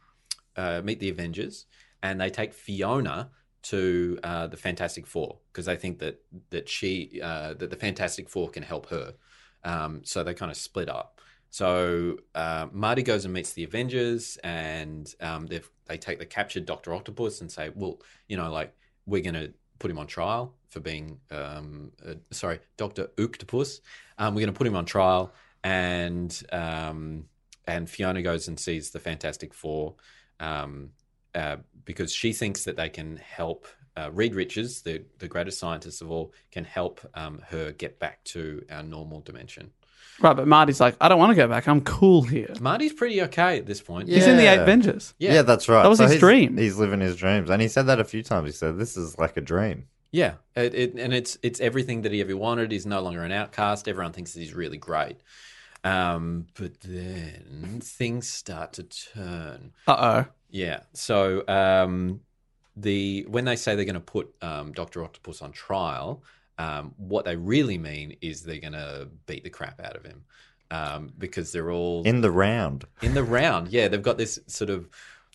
F: uh, meet the Avengers, and they take Fiona to uh, the Fantastic Four because they think that that she uh, that the Fantastic Four can help her. Um, so they kind of split up. So uh, Marty goes and meets the Avengers, and um, they they take the captured Doctor Octopus and say, "Well, you know, like we're gonna put him on trial for being, um, uh, sorry, Doctor Octopus. Um, we're gonna put him on trial." And um, and Fiona goes and sees the Fantastic Four um, uh, because she thinks that they can help. Uh, Reed Richards, the, the greatest scientist of all, can help um, her get back to our normal dimension.
D: Right, but Marty's like, I don't want to go back. I'm cool here.
F: Marty's pretty okay at this point.
D: He's in the
E: Yeah.
D: Eight Avengers.
E: Yeah,
F: Yeah.
E: that's right.
D: That was his
E: he's,
D: dream.
E: He's living his dreams. And he said that a few times. He said, This is like a dream.
F: Yeah, it, it, and it's it's everything that he ever wanted. He's no longer an outcast. Everyone thinks that he's really great. Um, but then things start to turn.
D: Uh oh.
F: Yeah. So um, the when they say they're going to put um, Doctor Octopus on trial, um, what they really mean is they're going to beat the crap out of him um, because they're all
E: In the round.
F: in the round. Yeah, they've got this sort of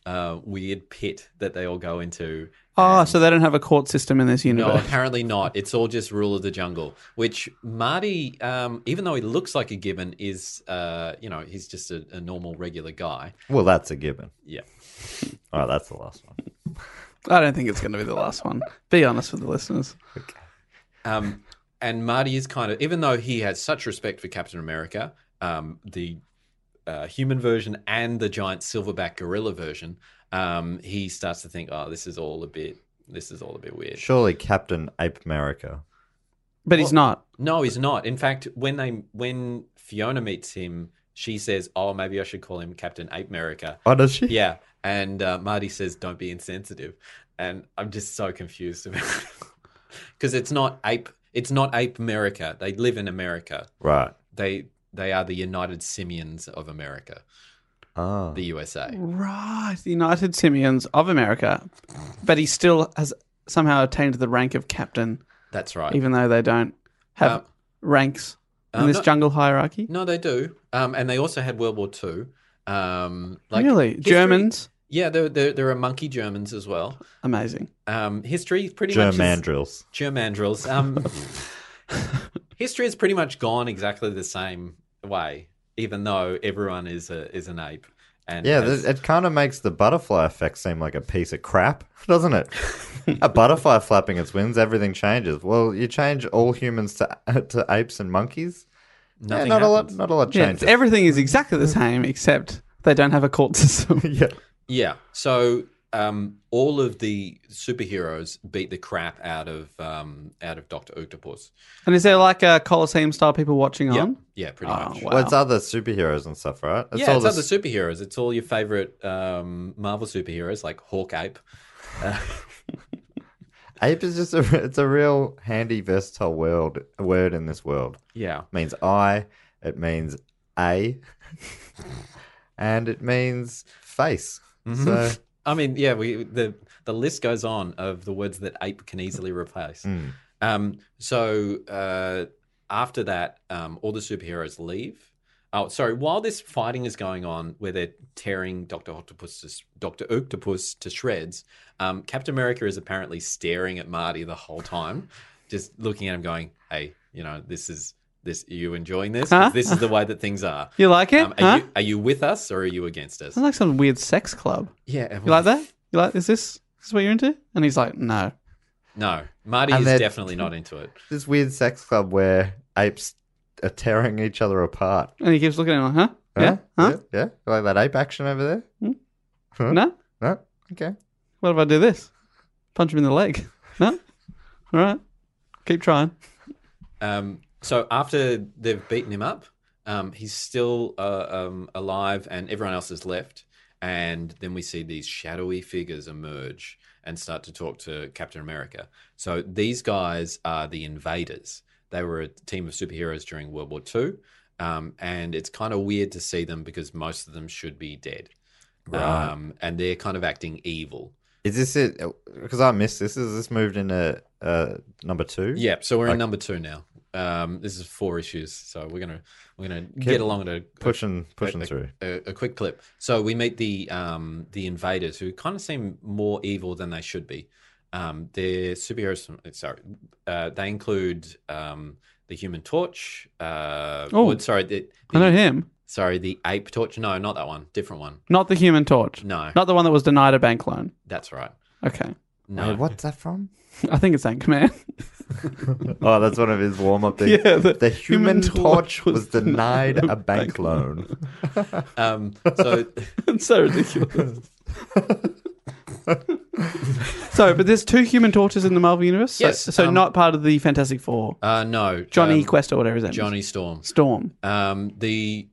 F: uh, weird pit that they all go into.
D: Oh, so they don't have a court system in this
F: No,
D: universe.
F: apparently not. It's all just rule of the jungle. Which Marty, um, even though he looks like a gibbon, is uh, you know he's just a, a normal regular guy.
E: Well, that's a given.
F: Yeah,
E: All right, that's the last one.
D: I don't think it's going to be the last one. Be honest with the listeners.
F: um, and Marty is kind of even though he has such respect for Captain America, um, the uh, human version and the giant silverback gorilla version, um, he starts to think, oh, this is all a bit, this is all a bit weird.
E: Surely Captain Ape America.
D: But he's not.
F: No, he's not. In fact, when they when Fiona meets him, she says, "Oh, maybe I should call him Captain Ape America."
E: Oh, does she?
F: Yeah, and uh, Marty says, "Don't be insensitive," and I'm just so confused about <laughs> because it's not ape. It's not ape America. They live in America.
E: Right.
F: They they are the United Simians of America,
E: Oh.
F: the USA.
D: Right. The United Simeons of America. But he still has somehow attained the rank of captain,
F: That's right.
D: even though they don't have
F: Um,
D: ranks in
F: um,
D: this
F: no-
D: jungle hierarchy.
F: no, they do. Um, and they also had World War Two. Um, like
D: really?
F: history-
D: Germans?
F: Yeah, there, there there are monkey Germans as well.
D: Amazing.
F: Um, history pretty much. is-
E: Germandrils.
F: Germandrils. Um,
D: <laughs>
F: history has pretty much gone exactly the same way, even though everyone is a is an ape. And
E: Yeah,
F: has-
E: th- it kind of makes the butterfly effect seem like a piece of crap, <laughs> doesn't it? a butterfly flapping its wings, everything changes. Well, you change all humans to <laughs> to apes and monkeys. Yeah,
F: Nothing
E: not a lot.
F: happens.
E: Not a lot
D: Yeah,
E: changes. Yeah, <laughs>
D: <laughs> everything is exactly the same except they don't have a court system.
F: yeah. So um, all of the superheroes beat the crap out of um, out of Doctor Octopus.
D: And is there like a Colosseum style people watching
F: Yeah,
D: on?
F: yeah, pretty
D: Oh,
F: much.
D: wow.
E: Well, it's other superheroes and stuff, right?
F: yeah, it's
E: the
F: other superheroes. It's all your favorite um, Marvel superheroes like Hawk Ape.
E: Ape is just a, <laughs> it's a real handy, versatile world word in this world.
F: Yeah,
E: It means I, it means a, <laughs> and it means face.
F: Mm-hmm.
E: So
F: I mean, yeah, we the the list goes on of the words that ape can easily replace. Um, so uh, after that, um, all the superheroes leave. Oh, sorry. While this fighting is going on, where they're tearing Doctor Octopus, to, s- Doctor Octopus to shreds, um, Captain America is apparently staring at Marty the whole time, just looking at him, going, "Hey, you know, this is this. Are you enjoying this? 'Cause
D: Huh?
F: This is the way that things are.
D: You like it?
F: Um, are,
D: huh?
F: you, are you with us or are you against us?
D: It's like some weird sex club.
F: Yeah.
D: You like that? You like? Is this? Is what you're into? And he's like, no.
F: No, Marty
E: And
F: is
E: they're-
F: definitely not into it.
E: this weird sex club where apes are tearing each other apart.
D: And he keeps looking at him like, huh? Yeah? Huh?
E: Yeah? Yeah? You Like that ape action over there? Yeah.
D: No?
E: No? Okay.
D: What if I do this? Punch him in the leg. No? All right. Keep trying.
F: Um, so after they've beaten him up, um, he's still uh, um, alive, and everyone else is left. And then we see these shadowy figures emerge and start to talk to Captain America. So these guys are the invaders. They were a team of superheroes during World War II, um, and it's kind of weird to see them because most of them should be dead,
E: Right.
F: um, and they're kind of acting evil.
E: Is this it? Because I missed this. Is this moved into uh, number two?
F: Yeah, so we're in
E: Like-
F: number two now. Um, this is four issues, so we're gonna we're gonna get along at a
E: Pushing, pushing
F: a, a-
E: through.
F: A, a quick clip. So we meet the um, the invaders who kind of seem more evil than they should be. Um, they're superheroes. From, sorry, uh, they include um, the Human Torch. Uh,
D: Oh.
F: oh, sorry, the,
D: I know
F: the-
D: him.
F: Sorry, the Ape Torch. No, not that one. Different one.
D: Not the human torch.
F: No,
D: Not the one that was denied a bank loan.
F: that's right.
D: Okay. <laughs>
F: No,
E: Wait, what's that from?
D: I think it's Anchorman. <laughs>
E: Oh, that's one of his warm up things.
D: Yeah, the
E: the, human,
D: human
E: torch
D: torch
E: was
D: was
E: denied a bank loan.
F: Um,
D: <laughs>
F: so
D: it's so ridiculous. <laughs> so, but there's two human torches in the Marvel Universe? So-
F: Yes,
D: So,
F: um,
D: not part of the Fantastic Four.
F: uh, no,
D: Johnny
F: um,
D: Quest or whatever his name is.
F: Johnny Storm.
D: Storm.
F: Um, the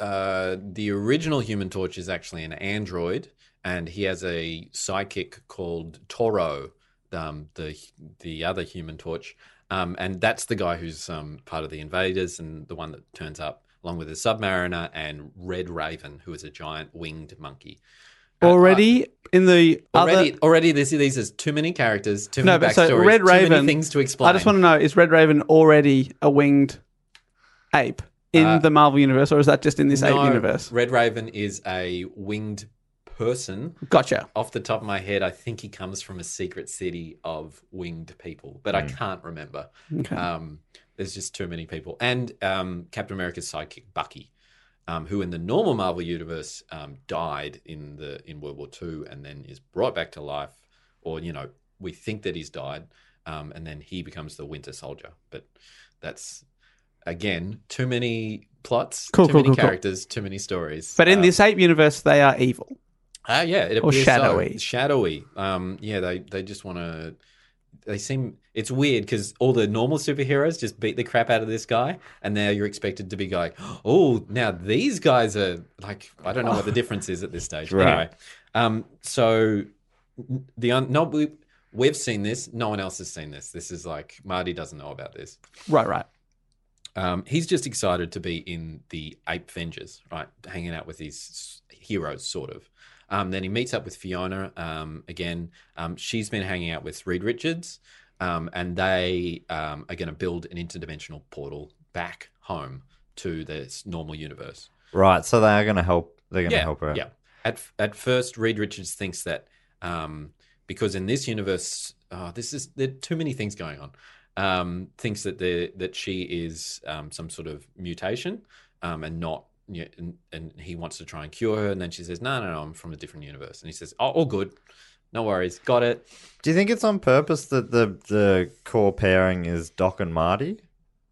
F: uh, the original Human Torch is actually an android, and he has a psychic called Toro, um, the the other Human Torch, um, and that's the guy who's um, part of the Invaders and the one that turns up along with the Submariner and Red Raven, who is a giant winged monkey. Uh,
D: Already in the
F: Already,
D: other.
F: already, this these is too many characters, too many
D: No, but so
F: backstories,
D: Red
F: too many
D: Raven-
F: things to explain.
D: I just want to know is Red Raven already a winged ape in
F: Uh,
D: the Marvel Universe or is that just in this
F: No,
D: ape universe?
F: Red Raven is a winged person
D: Gotcha.
F: off the top of my head, I think he comes from a secret city of winged people, but I can't remember.
D: Hmm. Okay.
F: Um, there's just too many people. And um, Captain America's sidekick, Bucky, um, who in the normal Marvel universe um, died in the in World War II and then is brought back to life, or you know, we think that he's died, um, and then he becomes the Winter Soldier. But that's again too many plots,
D: Cool,
F: too
D: cool,
F: many
D: cool, cool.
F: characters, too many stories.
D: But in
F: Um,
D: this ape universe, they are evil.
F: Ah, yeah, it
D: Or
F: appears
D: shadowy.
F: So. Shadowy. Um, yeah, they they just want to. They seem it's weird because all the normal superheroes just beat the crap out of this guy, and now you're expected to be like, oh, now these guys are like, I don't know what the difference is at this stage.
E: Right.
F: Anyway, um, so the un- no, we, we've seen this. No one else has seen this. This is like Marty doesn't know about this.
D: Right, right.
F: Um, he's just excited to be in the Ape Vengers, right? Hanging out with his s- heroes, sort of. Um, then he meets up with Fiona um, again. Um, she's been hanging out with Reed Richards, um, and they um, are going to build an interdimensional portal back home to this normal universe.
E: Right. So they are going to help. They're going to
F: yeah,
E: help her out.
F: yeah. At at first, Reed Richards thinks that um, because in this universe, oh, this is there are too many things going on. Um, thinks that the that she is um, some sort of mutation um, and not. You know, and, and he wants to try and cure her, and then she says, "No, no, no, I'm from a different universe." And he says, "Oh, all good, no worries, got it."
E: Do you think it's on purpose that the the core pairing is Doc and Marty,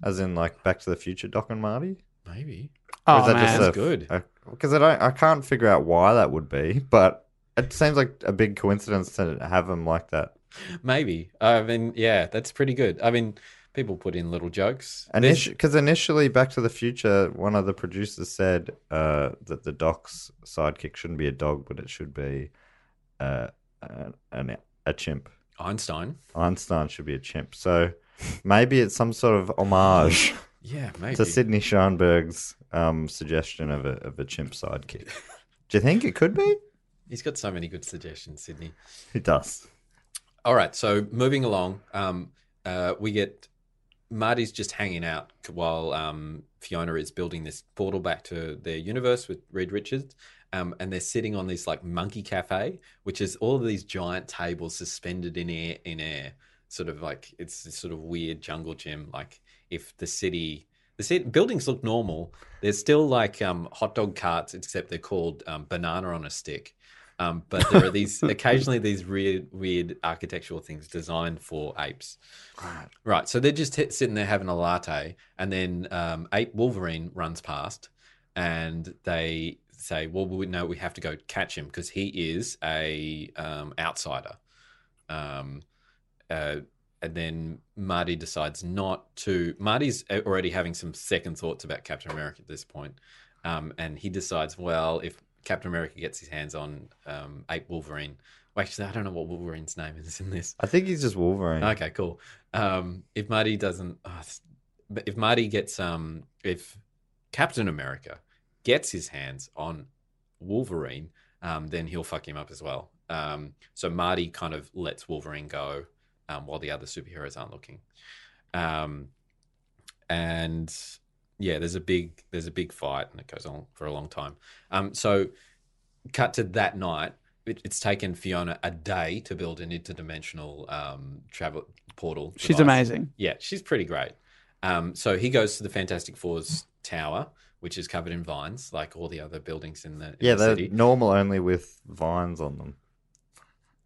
E: as in like Back to the Future Doc and Marty?
F: Maybe
D: Oh, man.
F: That's good.
E: Because I don't, I can't figure out why that would be, but it seems like a big coincidence to have them like that.
F: Maybe. I mean, yeah, that's pretty good. I mean, people put in little jokes. There's-
E: Because initially, Back to the Future, one of the producers said uh, that the doc's sidekick shouldn't be a dog, but it should be uh, an, an, a chimp.
F: Einstein.
E: Einstein should be a chimp. So maybe it's some sort of homage
F: Yeah, <laughs> maybe.
E: to Sidney Schoenberg's um, suggestion of a, of a chimp sidekick. Do you think it could be?
F: He's got so many good suggestions, Sydney.
E: It does.
F: All right, so moving along, um, uh, we get Marty's just hanging out while um, Fiona is building this portal back to their universe with Reed Richards, um, and they're sitting on this like monkey cafe, which is all of these giant tables suspended in air, in air, sort of like it's this sort of weird jungle gym. Like if the city, the city, buildings look normal, there's still like um, hot dog carts, except they're called um, banana on a stick. Um, but there are these occasionally these weird, weird architectural things designed for apes. Right. Right. So they're just t- sitting there having a latte, and then um, ape Wolverine runs past, and they say, "Well, we know we have to go catch him because he is a um, outsider." Um, uh, and then Marty decides not to. Marty's already having some second thoughts about Captain America at this point, um, and he decides, well, if Captain America gets his hands on um, Ape Wolverine, well, actually, I don't know what Wolverine's name is in this.
E: I think he's just Wolverine.
F: Okay, cool. Um, if Marty doesn't, oh, it's- but if Marty gets, um, if Captain America gets his hands on Wolverine, um, then he'll fuck him up as well. Um, so Marty kind of lets Wolverine go um, while the other superheroes aren't looking. Um, and yeah, there's a big there's a big fight, and it goes on for a long time. Um, so cut to that night. It, it's taken Fiona a day to build an interdimensional um, travel portal.
D: She's
F: device.
D: amazing.
F: Yeah, she's pretty great. Um, so he goes to the Fantastic Four's tower, which is covered in vines, like all the other buildings in the, in
E: Yeah,
F: the
E: they're
F: city.
E: normal only with vines on them.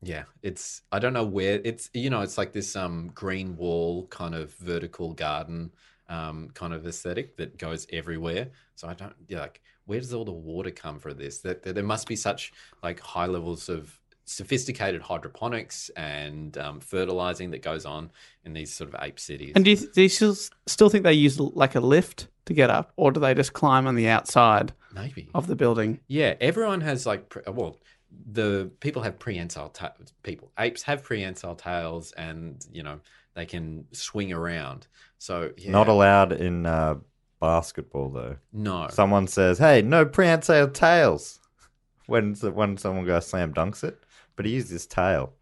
F: Yeah, it's I don't know where it's you know it's like this um green wall kind of vertical garden um kind of aesthetic that goes everywhere. So I don't yeah, like where does all the water come from this? That, that there must be such like high levels of sophisticated hydroponics and um, fertilizing that goes on in these sort of ape cities.
D: And do you, do you still, still think they use like a lift to get up, or do they just climb on the outside
F: Maybe.
D: of the building?
F: Yeah, everyone has like pre- uh, well, the people have prehensile ta- people. Apes have prehensile tails, and you know they can swing around. So yeah,
E: Not allowed in uh, basketball though.
F: No,
E: Someone says, "Hey, no prehensile tails." <laughs> When when someone goes slam dunks it, but he used his tail.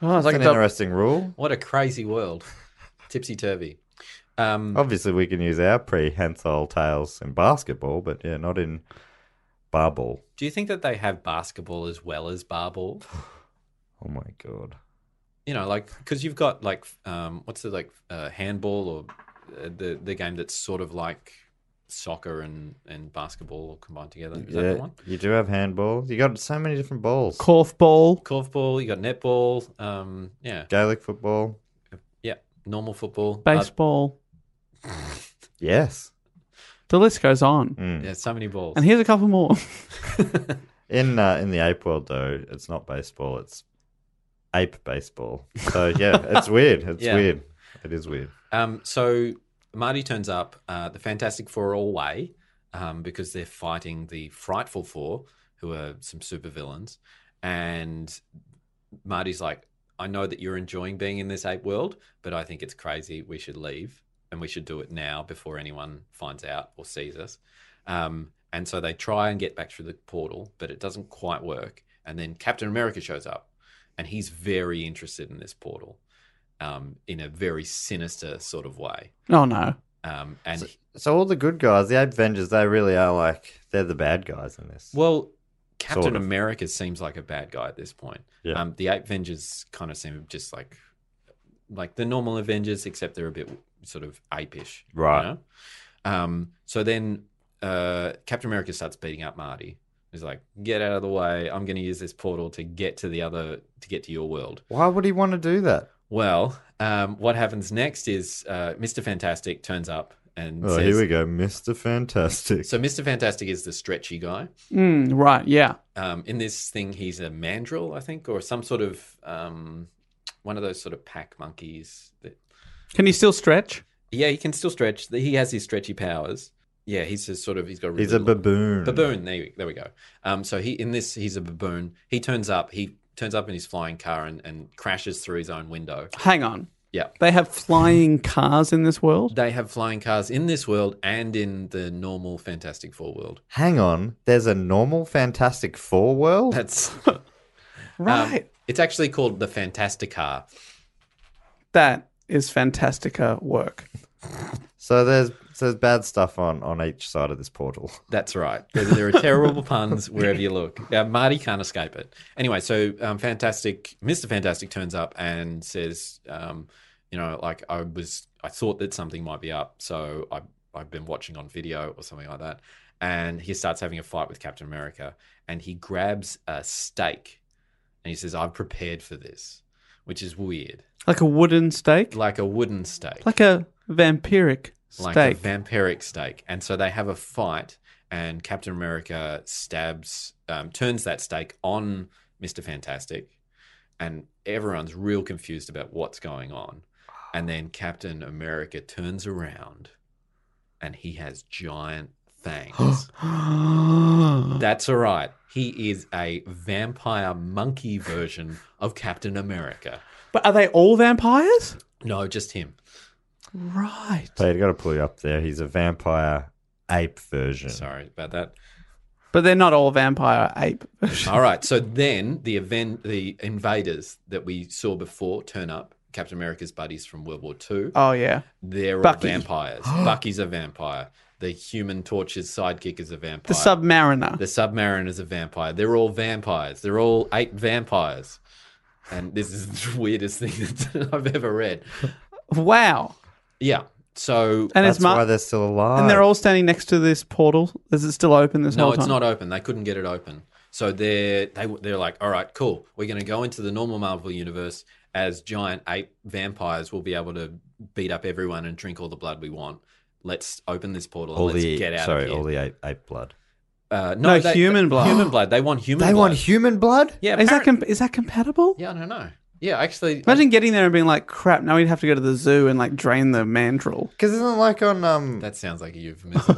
D: Oh, it's
E: That's
D: like
E: an
D: the-
E: interesting rule.
F: what a
E: <laughs>
F: crazy world, tipsy turvy. Um,
E: Obviously, we can use our prehensile tails in basketball, but yeah, not in bar ball.
F: do you think that they have basketball as well as barball?
E: Oh my god!
F: You know, like because you've got like um, what's it like uh, handball or uh, the the game that's sort of like soccer and and basketball combined together. Is that the
E: Yeah,
F: one?
E: you do have handball. You got so many different balls.
D: Korfball.
F: Curveball, you got netball, um, yeah,
E: Gaelic football.
F: Yeah, normal football. Uh,
D: baseball.
E: Yes.
D: the list goes on.
F: yeah, so many balls.
D: And here's a couple more. <laughs>
E: In uh, in the ape world, though, it's not baseball; it's ape baseball. So
F: <laughs>
E: yeah, it's weird. It's
F: Yeah.
E: weird. It is weird.
F: Um, so Marty turns up. Uh, the Fantastic Four are all away um, because they're fighting the Frightful Four, who are some supervillains. And Marty's like, I know that you're enjoying being in this ape world, but I think it's crazy. We should leave and we should do it now before anyone finds out or sees us. Um, and so they try and get back through the portal, but it doesn't quite work. And then Captain America shows up and he's very interested in this portal um, in a very sinister sort of way.
D: Oh no.
F: Um, and
E: So all the good guys, the ape Avengers, they really are like they're the bad guys in this.
F: well, Captain
E: Sort of.
F: America seems like a bad guy at this point.
E: Yeah.
F: Um, the Ape Avengers kind of seem just like like the normal Avengers, except they're a bit sort of apish, you
E: Right.
F: know? Um, so then uh, Captain America starts beating up Marty. He's like, "Get out of the way! I'm going to use this portal to get to the other to get to your world."
E: Why would he want to do that?
F: Well, um, what happens next is uh, Mr. Fantastic turns up and
E: Oh,
F: says,
E: here we go, Mister Fantastic.
F: So Mr. Fantastic is the stretchy guy.
D: Mm, right, yeah.
F: Um, in this thing, he's a mandrill, I think, or some sort of um, one of those sort of pack monkeys. That
D: Can you still stretch?
F: yeah, he can still stretch. He has his stretchy powers. Yeah, he's just sort of he's got. Really
E: He's a
F: long-
E: baboon.
F: Baboon. There, you, there we go. Um, so he in this, he's a baboon. He turns up. He turns up in his flying car and, and crashes through his own window.
D: Hang on.
F: Yeah.
D: They have flying cars in this world?
F: They have flying cars in this world and in the normal Fantastic Four world.
E: Hang on, there's a normal Fantastic Four world. <laughs>
F: That's um,
D: Right.
F: it's actually called the Fantastic Car.
D: that is Fantastica work.
E: So there's so there's bad stuff on on each side of this portal. <laughs>
F: That's right. There, there are terrible <laughs> puns wherever you look. Uh, Marty can't escape it. Anyway, so um, Fantastic, Mr. Fantastic turns up and says, um, you know, like I was, I thought that something might be up, so I, I've been watching on video or something like that. And he starts having a fight with Captain America, and he grabs a stake, and he says, "I've prepared for this," which is weird,
D: Like a wooden stake?
F: like a wooden stake
D: Like a vampiric
F: like
D: stake.
F: a vampiric stake. And so they have a fight, and Captain America stabs, um, turns that stake on Mister Fantastic, and everyone's real confused about what's going on. And then Captain America turns around, and he has giant fangs. That's all right. He is a vampire monkey version of Captain America.
D: but are they all vampires?
F: No, just him.
D: Right.
E: So you got to pull you up there. He's a vampire ape version.
F: Sorry about that.
D: But they're not all vampire
F: <laughs>
D: ape.
F: All right. So then the event, the invaders that we saw before turn up. Captain America's buddies from World War II.
D: oh, yeah.
F: They're all
D: Bucky. <gasps>
F: vampires. Bucky's a vampire. The Human Torch's sidekick is a vampire.
D: The Submariner.
F: The Submariner's a vampire. They're all vampires. They're all eight vampires. And this is <laughs> the weirdest thing that <laughs> I've ever read.
D: wow.
F: Yeah. So
D: And
E: That's
D: it's Mar-
E: why they're still alive.
D: and they're all standing next to this portal. Is it still open this
F: No,
D: whole
F: it's
D: time?
F: not open. They couldn't get it open. So they're they they're like, all right, cool. We're going to go into the normal Marvel universe as giant ape vampires. We'll be able to beat up everyone and drink all the blood we want. Let's open this portal and
E: all
F: let's
E: the
F: get out
E: sorry,
F: of here.
E: all the ape, ape blood.
F: uh,
D: No, human blood.
F: Human blood. They want human.
E: They
F: blood.
E: want human blood.
F: Yeah,
D: Is that
F: apparent-
D: com- is that compatible?
F: yeah, I don't know. Yeah, actually,
D: Imagine getting there and being like, "Crap! Now we'd have to go to the zoo and like drain the mandrel."
E: Because isn't it like on um
F: that sounds like
E: <laughs>
F: a euphemism.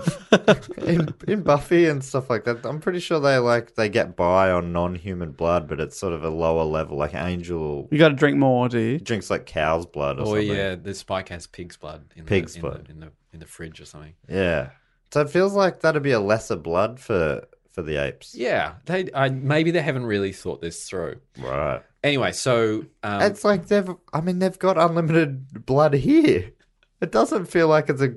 E: in, in Buffy and stuff like that. I'm pretty sure they like they get by on non-human blood, but it's sort of a lower level. Like Angel
D: You got to drink more, do you?
E: drinks like cow's blood or
F: or
E: something.
F: Oh, yeah, the Spike has pig's blood. In
E: Pig's
F: the,
E: blood.
F: in the, in the in the fridge or something.
E: Yeah. So it feels like that'd be a lesser blood for for the apes.
F: Yeah, they I, maybe they haven't really thought this through.
E: Right.
F: Anyway, so um,
E: it's like they've I mean they've got unlimited blood here. It doesn't feel like it's a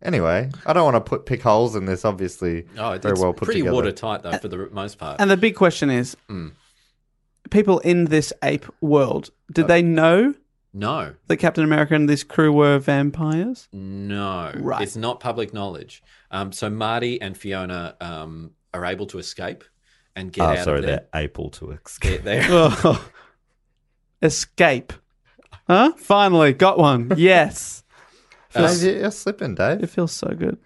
E: Anyway, I don't want to put pick holes in this obviously.
F: Oh, it's,
E: very
F: it's
E: well put
F: pretty
E: together.
F: watertight though, for the most part.
D: And the big question is, people in this ape world,
F: Oh.
D: did they know
F: no,
D: that Captain America and this crew were vampires?
F: no,
D: Right.
F: it's not public knowledge. Um, so Marty and Fiona um, are able to escape and get
E: oh,
F: out
E: sorry,
F: of there.
E: they're able to escape.
F: They're,
E: <laughs>
F: they're-
D: Ugh. Escape. Huh? Finally, got
F: <laughs>
D: one. Yes.
E: Dave, you- you're slipping,
D: It
E: Dave.
D: feels so good.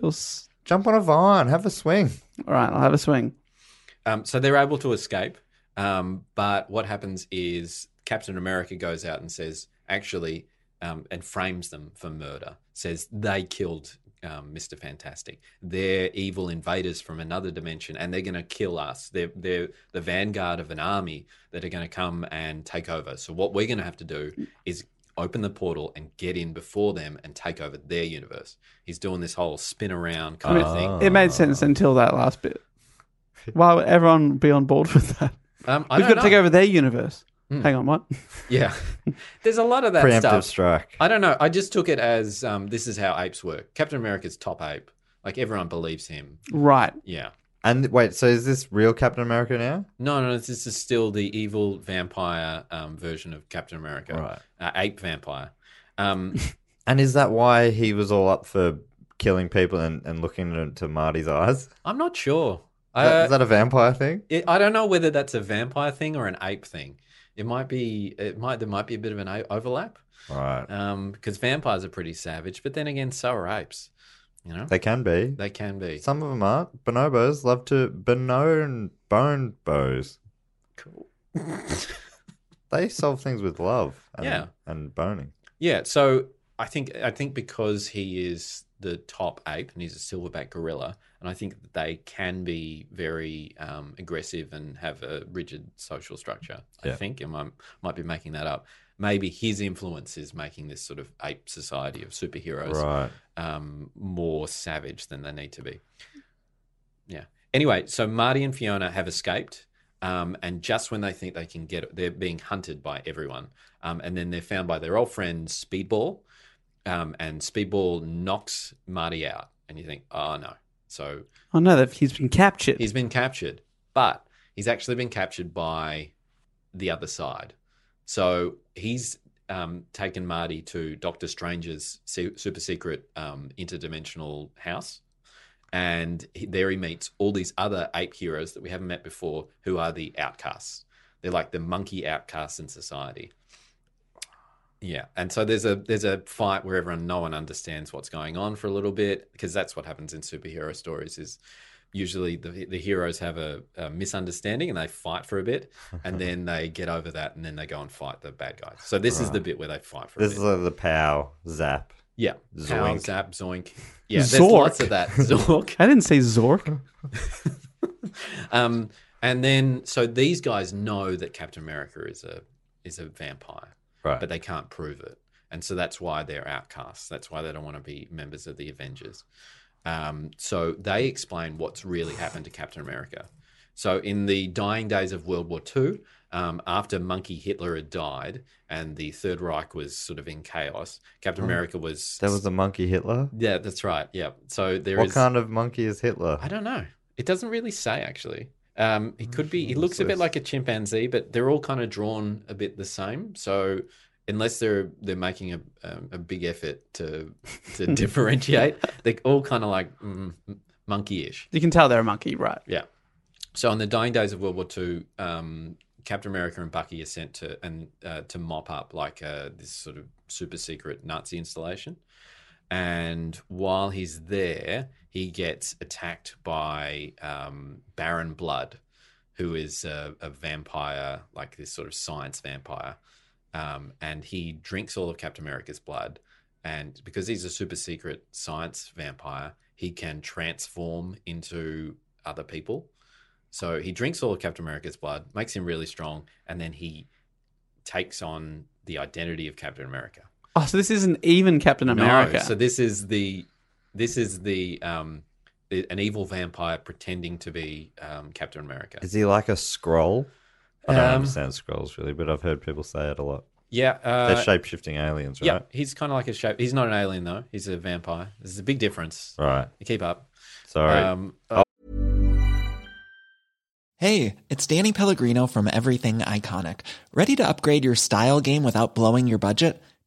D: Feels
E: Jump on a vine, have a swing.
D: all right. I'll have a swing.
F: um, so they're able to escape. Um, but what happens is Captain America goes out and says, actually, um, and frames them for murder. Says they killed um, Mister Fantastic. They're evil invaders from another dimension, and they're going to kill us. They're they're the vanguard of an army that are going to come and take over. So what we're going to have to do is open the portal and get in before them and take over their universe. He's doing this whole spin around kind of thing.
D: It made sense until that last bit. Why would everyone be on board with that?
F: Um, I
D: We've
F: don't
D: got to take
F: know. Hmm.
D: over their universe. Hang on, what? <laughs>
F: Yeah, <laughs> there's a lot of that
E: Preemptive
F: stuff.
E: strike.
F: I don't know. I just took it as um, this is how apes work. Captain America's top ape. Like everyone believes him.
D: Right.
F: Yeah.
E: And wait, so is this real Captain America now?
F: No, no, this is still the evil vampire um, version of Captain America.
E: Right.
F: Uh, ape vampire.
E: <laughs>
F: Um,
E: And is that why he was all up for killing people and, and looking into Marty's eyes? Is
F: I'm not sure.
E: that-
F: Uh,
E: is that a vampire thing?
F: it, I don't know whether that's a vampire thing or an ape thing. It might be. It might. There might be a bit of an a- overlap.
E: Right.
F: Um, because vampires are pretty savage, but then again, so are apes. You know, they,
E: They can be.
F: can be.
E: Some of them aren't. Bonobos love to bonone bone bows.
F: Cool.
E: <laughs> They solve things with love and,
F: Yeah.
E: and boning.
F: Yeah, so I think I think because he is the top ape and he's a silverback gorilla, and I think that they can be very um, aggressive and have a rigid social structure. I
E: Yeah.
F: think, and I might be making that up. Maybe his influence is making this sort of ape society of superheroes
E: Right.
F: um, more savage than they need to be. Yeah. Anyway, so Marty and Fiona have escaped, um, and just when they think they can get, they're being hunted by everyone, um, and then they're found by their old friend Speedball, um, and Speedball knocks Marty out, and you think, oh no, so
D: Oh no, that he's been captured.
F: he's been captured, but he's actually been captured by the other side. So he's um, taken Marty to Doctor Strange's su- super secret um, interdimensional house. And he, there he meets all these other ape heroes that we haven't met before who are the outcasts. They're like the monkey outcasts in society. Yeah, and so there's a there's a fight where everyone no one understands what's going on for a little bit because that's what happens in superhero stories is usually the the heroes have a, a misunderstanding and they fight for a bit
E: <laughs>
F: and then they get over that and then they go and fight the bad guys. So this is the bit where they fight for
E: This
F: a
E: is
F: bit.
E: like the pow zap.
F: yeah, Pow,
E: Zoink.
F: zap, zoink. Yeah, there's
D: Zork.
F: lots
E: <laughs>
F: of that. Zork.
D: I didn't say
F: <laughs>
D: Zork.
F: Um, and then so these guys know that Captain America is a is a vampire,
E: Right.
F: but they can't prove it, and so that's why they're outcasts. That's why they don't want to be members of the Avengers. Um, so they explain what's really happened to Captain America. So in the dying days of World War II, um, after Monkey Hitler had died and the Third Reich was sort of in chaos, Captain America was.
E: There Mm-hmm. was a monkey Hitler.
F: yeah, that's right. Yeah. So there is.
E: what kind of monkey is Hitler?
F: I don't know. It doesn't really say actually. Um, he could be. He looks a bit like a chimpanzee, but they're all kind of drawn a bit the same. So unless they're they're making a um, a big effort to to differentiate, they're all kind of like mm, monkeyish.
D: You can tell they're a monkey, right?
F: Yeah. So on the dying days of World War II, um, Captain America and Bucky are sent to and uh, to mop up like uh, this sort of super secret Nazi installation. And while he's there, he gets attacked by um, Baron Blood, who is a, a vampire, like this sort of science vampire. Um, and he drinks all of Captain America's blood. And because he's a super secret science vampire, he can transform into other people. So he drinks all of Captain America's blood, makes him really strong, and then he takes on the identity of Captain America.
D: Oh, so this isn't even Captain America.
F: No, so this is the this is the um the, an evil vampire pretending to be um, Captain America.
E: Is he like a scroll? I don't
F: Um,
E: understand scrolls really, but I've heard people say it a lot.
F: yeah, uh,
E: They're shape shifting aliens,
F: yeah.
E: right?
F: He's kind of like a shape. He's not an alien though. He's a vampire. There's a big difference.
E: Right.
F: Keep up.
E: Sorry.
F: Um,
G: Hey, it's Danny Pellegrino from Everything Iconic. Ready to upgrade your style game without blowing your budget?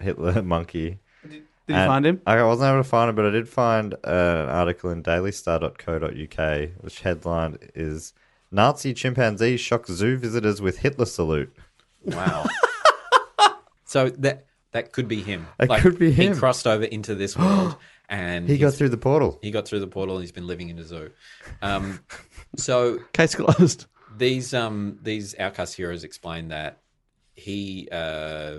E: Hitler <laughs> monkey.
D: Did you
E: and-
D: find him?
E: I wasn't able to find it, but I did find uh, an article in dailystar.co.uk which headline is Nazi chimpanzee shocks zoo visitors with Hitler salute. <laughs>
F: wow. so that that could be him.
E: It could be
F: He
E: him.
F: crossed over into
E: <gasps>
F: this world, and
E: He got
F: <laughs> he's-
E: through the portal.
F: He got through the portal, and he's been living in a zoo.
D: <laughs>
F: Um, so
D: Case closed.
F: these um these outcast heroes explain that he uh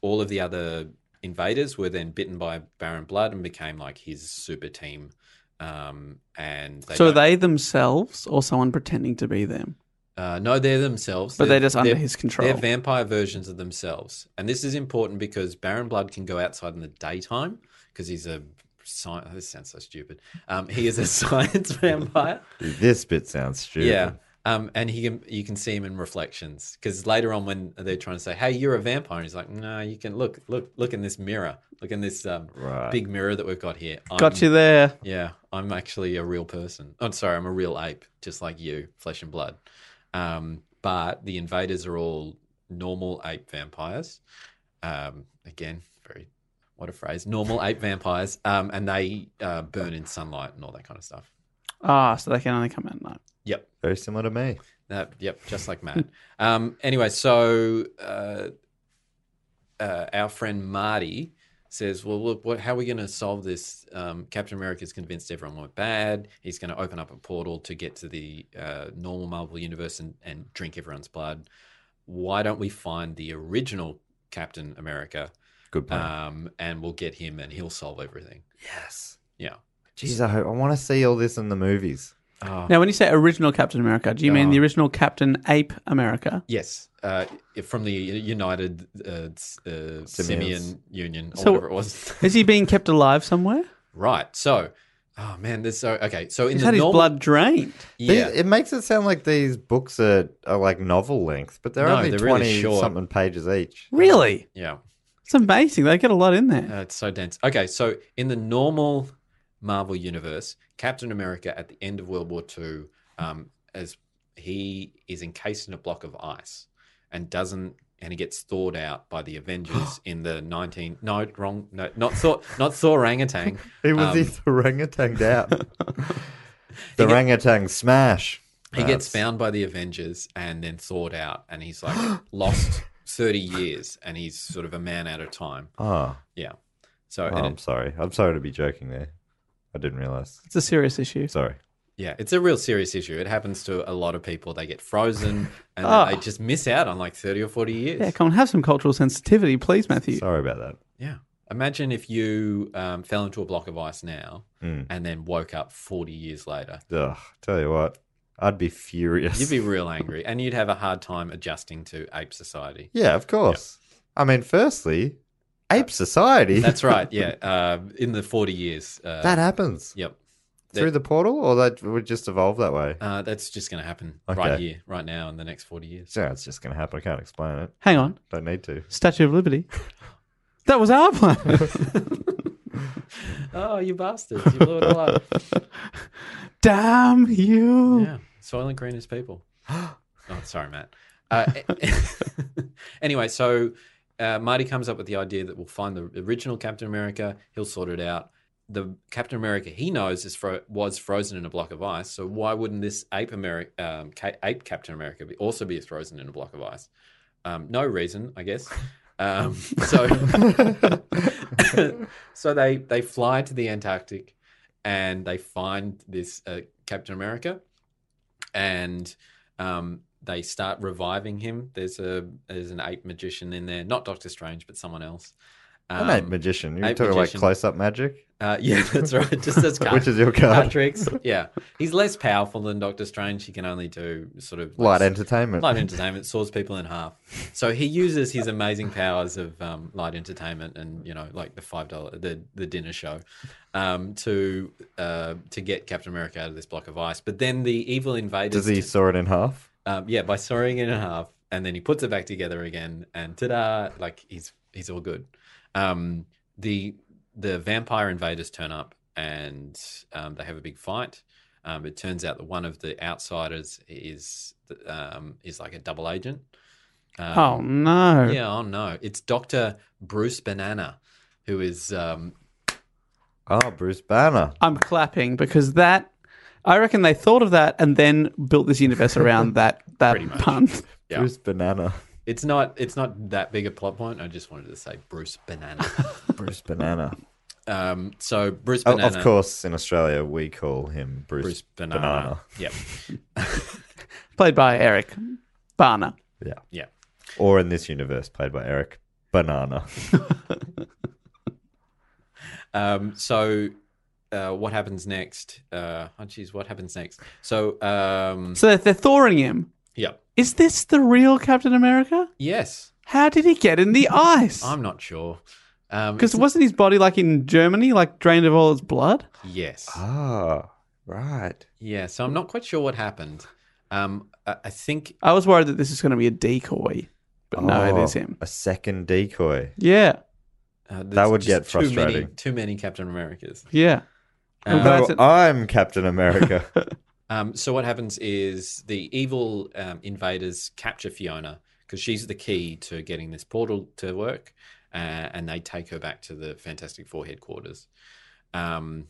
F: all of the other invaders were then bitten by Baron Blood and became like his super team. Um, and they
D: so are
F: don't-
D: they themselves or someone pretending to be them?
F: uh, no, they're themselves.
D: But they're just under his control.
F: They're vampire versions of themselves, and this is important because Baron Blood can go outside in the daytime because he's a sci This sounds so stupid. Um, he is a <laughs> science vampire.
E: This bit sounds stupid.
F: Yeah. Um, and he can you can see him in reflections because later on when they're trying to say, "Hey, you're a vampire," and he's like, "No, you can look, look, look in this mirror, look in this um,
E: Right.
F: big mirror that we've got here." I'm,
D: Got you there.
F: Yeah, I'm actually a real person. I'm sorry, I'm a real ape, just like you, flesh and blood. Um, but the invaders are all normal ape vampires. Um, again, very what a phrase, normal ape vampires, um, and they uh, burn in sunlight and all that kind of stuff.
D: Ah, so they can only come out at night.
F: Yep.
E: Very similar to me.
F: That, yep, just like Matt. <laughs> um, anyway, so uh, uh, our friend Marty says, "Well, look, what, how are we going to solve this? Um, Captain America's convinced everyone went bad. He's going to open up a portal to get to the uh, normal Marvel universe and, and drink everyone's blood. Why don't we find the original Captain America,
E: Good plan.
F: um, and we'll get him, and he'll solve everything?
E: yes.
F: Yeah.
E: Jeez, I, hope, I want to see all this in the movies.
F: Oh,
D: Now, when you say original Captain America, do you mean
F: Oh.
D: the original Captain Ape America?
F: Yes, uh, from the United uh, s- uh, Simeon Union, or
D: So-
F: whatever it was.
D: Is he being kept alive somewhere?
F: right. So, oh man, this so okay. So in
D: He's
F: the
D: had his
F: normal,
D: blood drained.
F: yeah,
E: These- it makes it sound like these books are, are like novel length, but they're
F: No,
E: only
F: they're really
E: 20
F: short.
E: something pages each.
D: Really?
F: yeah,
D: It's amazing. They get a lot in there.
F: uh, it's so dense. Okay, so in the normal Marvel universe, Captain America at the end of World War II, um, as he is encased in a block of ice and doesn't. And he gets thawed out by
D: <gasps>
F: the Avengers in the nineteen. No, wrong. No, not Thor. Not
D: <laughs>
F: Thor orangutan.
E: He was
F: Um,
E: um, orangutan
F: <laughs>
E: out. the orangutan smash.
F: He gets found by the Avengers and then thawed out, and he's like
D: <gasps>
F: lost 30 years, and he's sort of a man out of time.
E: Oh,
F: Yeah. So,
E: oh,
F: and
E: I'm
F: it-
E: sorry. I'm sorry to be joking there. I didn't realize.
D: It's a serious issue.
E: Sorry.
F: yeah, it's a real serious issue. It happens to a lot of people. They
E: <laughs>
F: get frozen and
D: Ah.
F: they just miss out on like 30 or 40 years.
D: Yeah, come on, have some cultural sensitivity, please, Matthew.
E: Sorry about that.
F: Yeah. Imagine if you um, fell into a block of ice now
E: Hmm.
F: and then woke up 40 years later.
E: Ugh, tell you what, I'd be furious.
F: You'd be real angry and you'd have a hard time adjusting to ape society.
E: yeah, of course. I mean, firstly, ape society.
F: That's right.
E: <laughs>
F: Yeah. Uh, in the 40 years. Uh,
E: that happens
F: Yep.
E: through the portal, or that would just evolve that way.
F: Uh, that's just going to happen
E: Okay.
F: right here, right now, in the next 40 years.
E: So it's just going to happen. I can't explain it.
D: Hang on,
E: Don't need to.
D: Statue of Liberty. <laughs> That was our <laughs> planet.
F: Oh, you bastards. You blew it all up.
D: Damn you.
F: yeah. Soylent Green is people. Oh, sorry, Matt. Uh, <laughs> anyway, so uh, Marty comes up with the idea that we'll find the original Captain America. He'll sort it out. The Captain America he knows is fro- was frozen in a block of ice. So why wouldn't this ape Ameri- um, ca- ape Captain America be- also be frozen in a block of ice? Um, no reason, I guess.
E: <laughs>
F: Um, so, <laughs> so they they fly to the Antarctic, and they find this uh, Captain America, and um, they start reviving him. There's a there's an ape magician in there, not Doctor Strange, but someone else.
E: An ape magician. You're
F: ape
E: talking like
F: magician.
E: close up magic,
F: Uh, <laughs> yeah, that's right.
E: <laughs>
F: Just as
E: which is your card.
F: Patrick's. Yeah, he's less powerful than Doctor Strange. He can only do sort of
E: Light
F: like,
E: entertainment.
F: light entertainment saws people in half. So he uses his amazing powers of um, light entertainment and you know like the five dollar the the dinner show um, to uh, to get Captain America out of this block of ice. But then the evil invaders
E: Does he saw it in half?
F: um, yeah by sawing it in half and then he puts it back together again and ta-da like he's he's all good. Um, the the vampire invaders turn up and um, they have a big fight. Um, it turns out that one of the outsiders is um, is like a double agent. Um,
D: Oh no.
F: yeah, oh no, it's Doctor Bruce Banana, who is um,
E: Oh, Bruce Banner.
D: I'm clapping because that I reckon they thought of that and then built this universe around that that pun.
F: Yeah.
E: Bruce Banana.
F: it's not it's not that big a plot point. I just wanted to say Bruce
E: <laughs>
F: Banana.
E: Bruce
F: <laughs>
E: Banana.
F: um, so Bruce
E: Oh,
F: Banana,
E: of course, in Australia, we call him Bruce,
F: Bruce Banana.
E: Banana.
F: Yep,
D: Played by Eric Barner.
F: yeah.
E: Or in this universe, played by Eric Banana.
F: Um, so. Uh, what happens next? Uh, oh, geez, what happens next? So, um,
D: So if they're thawing him,
F: yeah,
D: is this the real Captain America?
F: yes,
D: How did he get in the ice?
F: I'm not sure. Um,
D: Because
F: it's-
D: wasn't his body like in Germany, like drained of all its blood?
F: yes,
E: Ah, right.
F: yeah. So I'm not quite sure what happened. Um, I, I think
D: I was worried that this is going to be a decoy, but no, it
E: Oh,
D: is him.
E: A second decoy.
D: Yeah,
F: uh, there's
E: That would
F: just
E: get
F: Too many,
E: frustrating.
F: too many Captain Americas.
D: yeah. I'm
F: Um,
D: glad
E: No,
D: to-
E: Uh, I'm Captain America.
D: <laughs>
F: Um, so what happens is the evil um, invaders capture Fiona because she's the key to getting this portal to work, uh, and they take her back to the Fantastic Four headquarters, um,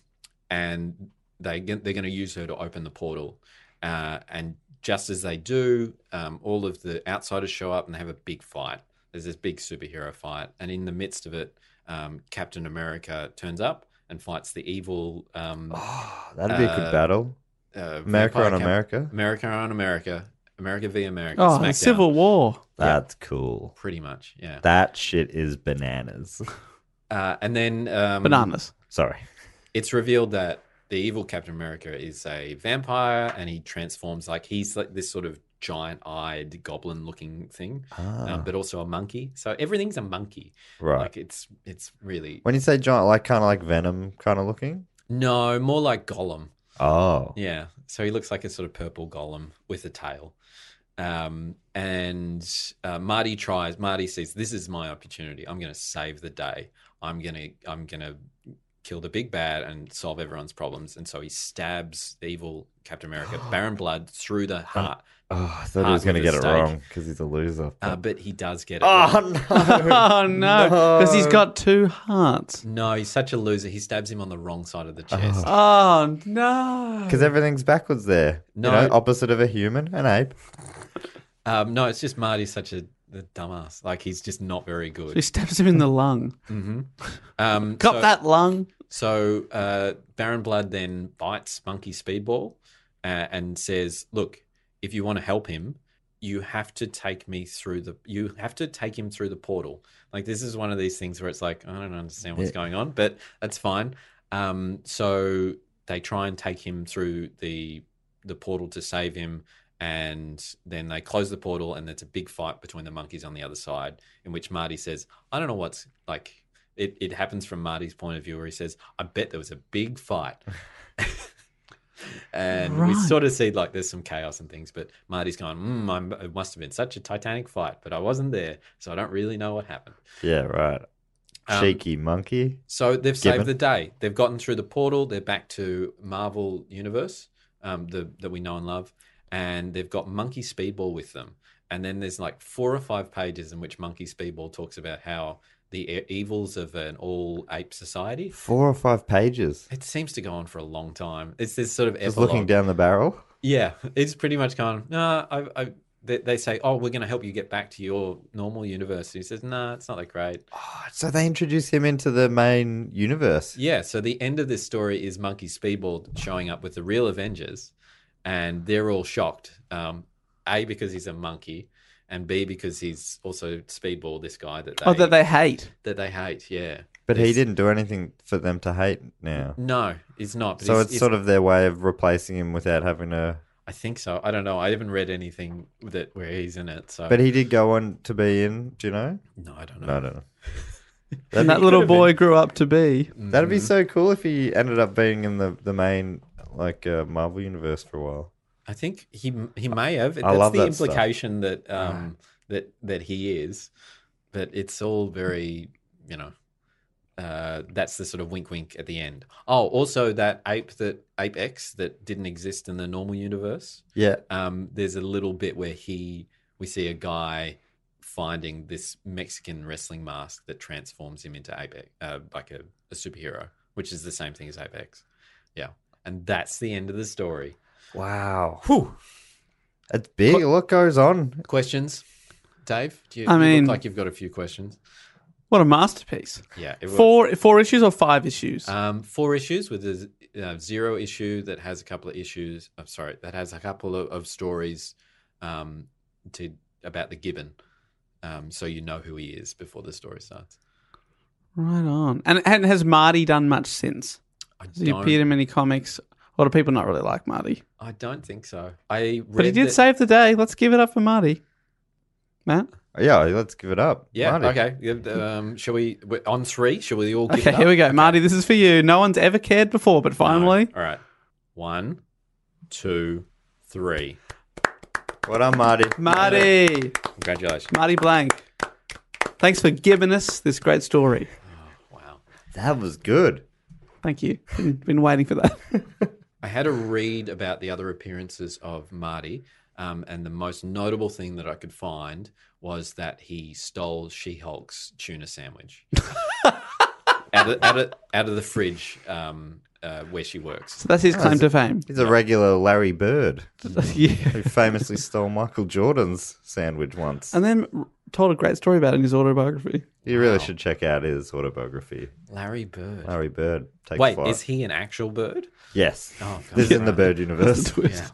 F: and they get- they're going to use her to open the portal, uh, and just as they do, um, all of the outsiders show up and they have a big fight. There's this big superhero fight, and in the midst of it, um, Captain America turns up and fights the evil um,
E: Oh, that'd be a good
F: Uh,
E: battle.
F: uh,
E: America
F: vampire
E: on
F: camp-
E: America.
F: America on America. America v America.
D: Oh,
F: Smackdown,
D: and Civil War.
E: That's cool.
F: Pretty much, yeah.
E: That shit is bananas. <laughs>
F: Uh, and then um,
D: Bananas. <laughs>
E: Sorry.
F: It's revealed that the evil Captain America is a vampire, and he transforms like he's like this sort of giant-eyed goblin-looking thing,
E: Ah,
F: um, but also a monkey. So everything's a monkey.
E: right.
F: Like it's it's really
E: when you say giant, like kind of like Venom, kind of looking.
F: no more like Gollum.
E: Oh,
F: Yeah. So he looks like a sort of purple golem with a tail. Um, and uh, Marty tries. Marty says, "This is my opportunity. I'm going to save the day. I'm going to I'm going to kill the big bad and solve everyone's problems." And so he stabs the evil Captain America, Baron Blood, through the heart.
E: oh I thought he was going
F: Heart
E: to
F: with
E: get
F: a
E: it
F: stake.
E: wrong because he's a loser.
F: Uh, but he does get it.
E: <laughs> oh
F: <laughs>
E: no!
D: oh no, because he's got two hearts.
F: no, he's such a loser. He stabs him on the wrong side of the chest.
D: Oh no.
E: Because everything's backwards there.
F: No.
E: you know, opposite of a human, an ape.
F: Um, no, it's just Marty's such a the dumbass. Like he's just not very
D: He
F: good.
D: stabs him in the lung.
F: hmm
D: <laughs>
F: Um,
D: Got
F: so-
D: that lung.
F: So uh, Baron Blood then bites Monkey Speedball uh, and says, "Look, if you want to help him, you have to take me through the. You have to take him through the portal. Like this is one of these things where it's like I don't understand what's
E: Yeah.
F: going on, but that's fine. Um, so they try and take him through the the portal to save him." And then they close the portal, and there's a big fight between the monkeys on the other side. In which Marty says, "I don't know what's like it, it happens from Marty's point of view where he says, I bet there was a big fight. and we
D: Right.
F: sort of see like there's some chaos and things, but Marty's going, mm, I'm, it must have been such a titanic fight, but I wasn't there, so I don't really know what happened.
E: Yeah, right.
F: Um,
E: Cheeky monkey.
F: So they've saved
E: Given.
F: the day. They've gotten through the portal. They're back to Marvel Universe, um, the that we know and love, and they've got Monkey Speedball with them. And then there's like four or five pages in which Monkey Speedball talks about how the e- evils of an all ape society
E: Four or five pages.
F: It seems to go on for a long time. It's this sort of
E: Just
F: epilogue.
E: looking down the barrel.
F: Yeah, <laughs> it's pretty much gone. No, I, I, they, they say, oh, we're going to help you get back to your normal universe. And he says, no, it's not that great.
E: Oh, so they introduce him into the main universe.
F: Yeah, so the end of this story is Monkey Speedball showing up with the real Avengers, and they're all shocked. Um, a because he's a monkey, and B because he's also Speedball, this guy that they
D: Oh, that they hate.
F: that they hate. Yeah,
E: But he
F: It's-
E: didn't do anything for them to hate now.
F: No, he's not. But
E: So
F: he's-
E: it's,
F: he's-
E: sort of their way of replacing him without having to.
F: I think so. I don't know. I haven't read anything that where he's in it. So,
E: But he did go on to be in. Do you know?
F: no, I don't know.
E: No, I don't <laughs> know.
D: And that
E: be-
D: little boy grew up to be.
F: Mm.
E: That'd be so cool if he ended up being in the the main like uh, Marvel universe for a while.
F: I think he he may have. That's
E: love
F: the
E: that stuff.
F: implication that um that that he is, but it's all very you know. Uh, that's the sort of wink, wink at the end. Oh, also that ape that ape X that didn't exist in the normal universe.
E: Yeah.
F: Um, there's a little bit where he we see a guy finding this Mexican wrestling mask that transforms him into ape X, uh, like a, a superhero, which is the same thing as ape X. Yeah, and that's the end of the story.
E: Wow. It's big. A lot goes on.
F: Questions, Dave? Do you,
D: I
F: you
D: mean-
F: look like you've got a few questions.
D: What a masterpiece.
F: Yeah, it was-
D: Four four issues or five issues?
F: um, four issues with a z- uh, zero issue that has a couple of issues. I'm sorry, that has a couple of, of stories um, to about the Gibbon, um, so you know who he is before the story starts.
D: right on. And, and has Marty done much since?
F: I
D: Has he appeared
F: don't,
D: in many comics? Or do people not really like Marty?
F: I don't think so. I read
D: But he did
F: that-
D: save the day. Let's give it up for Marty. Matt?
E: Yeah. Let's give it up.
F: Yeah.
E: Marty.
F: Okay. Yeah, Um, shall we we're on three? Shall we all? Give
D: Okay,
F: it
D: here we
F: up?
D: go. Marty, this is for you. No one's ever cared before, but
F: No.
D: finally.
F: All right. One, two, three.
E: What up, Marty?
D: Marty.
F: Congratulations.
D: Marty Blank. Thanks for giving us this great story.
F: Wow.
E: That was good.
D: Thank you. Been, been waiting for that. <laughs>
F: I had a read about the other appearances of Marty, um, and the most notable thing that I could find was that he stole She Hulk's tuna sandwich out, of, out, of, out of the fridge um, uh, where she works.
D: That's his claim to
F: <laughs>
D: fame.
E: He's a regular Larry Bird <laughs>
D: yeah.
E: who famously stole Michael Jordan's sandwich once.
D: And then r- told a great story about it in his autobiography.
E: You really should check out his autobiography.
F: Larry Bird.
E: Larry Bird. Take
F: Wait,
E: flight.
F: is he an actual bird?
E: Yes.
F: Oh, God.
E: this is in the bird universe. <laughs>
F: Yeah.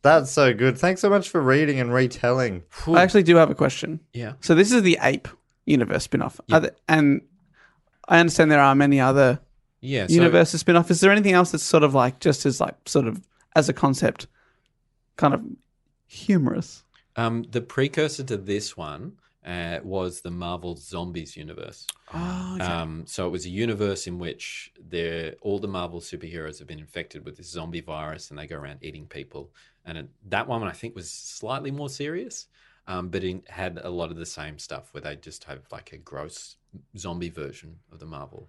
E: That's so good. Thanks so much for reading and retelling.
D: I actually do have a question.
F: Yeah.
D: So this is the ape universe spin-off. Are there- and I understand there are many other
F: Yeah. So,
D: universes spin-off. Is there anything else that's sort of like just as like sort of as a concept kind of humorous?
F: Um, the precursor to this one uh, was the Marvel Zombies universe. Um, so it was a universe in which there all the Marvel superheroes have been infected with this zombie virus, and they go around eating people. And it, that one, I think, was slightly more serious, um, but it had a lot of the same stuff where they just have like a gross zombie version of the Marvel.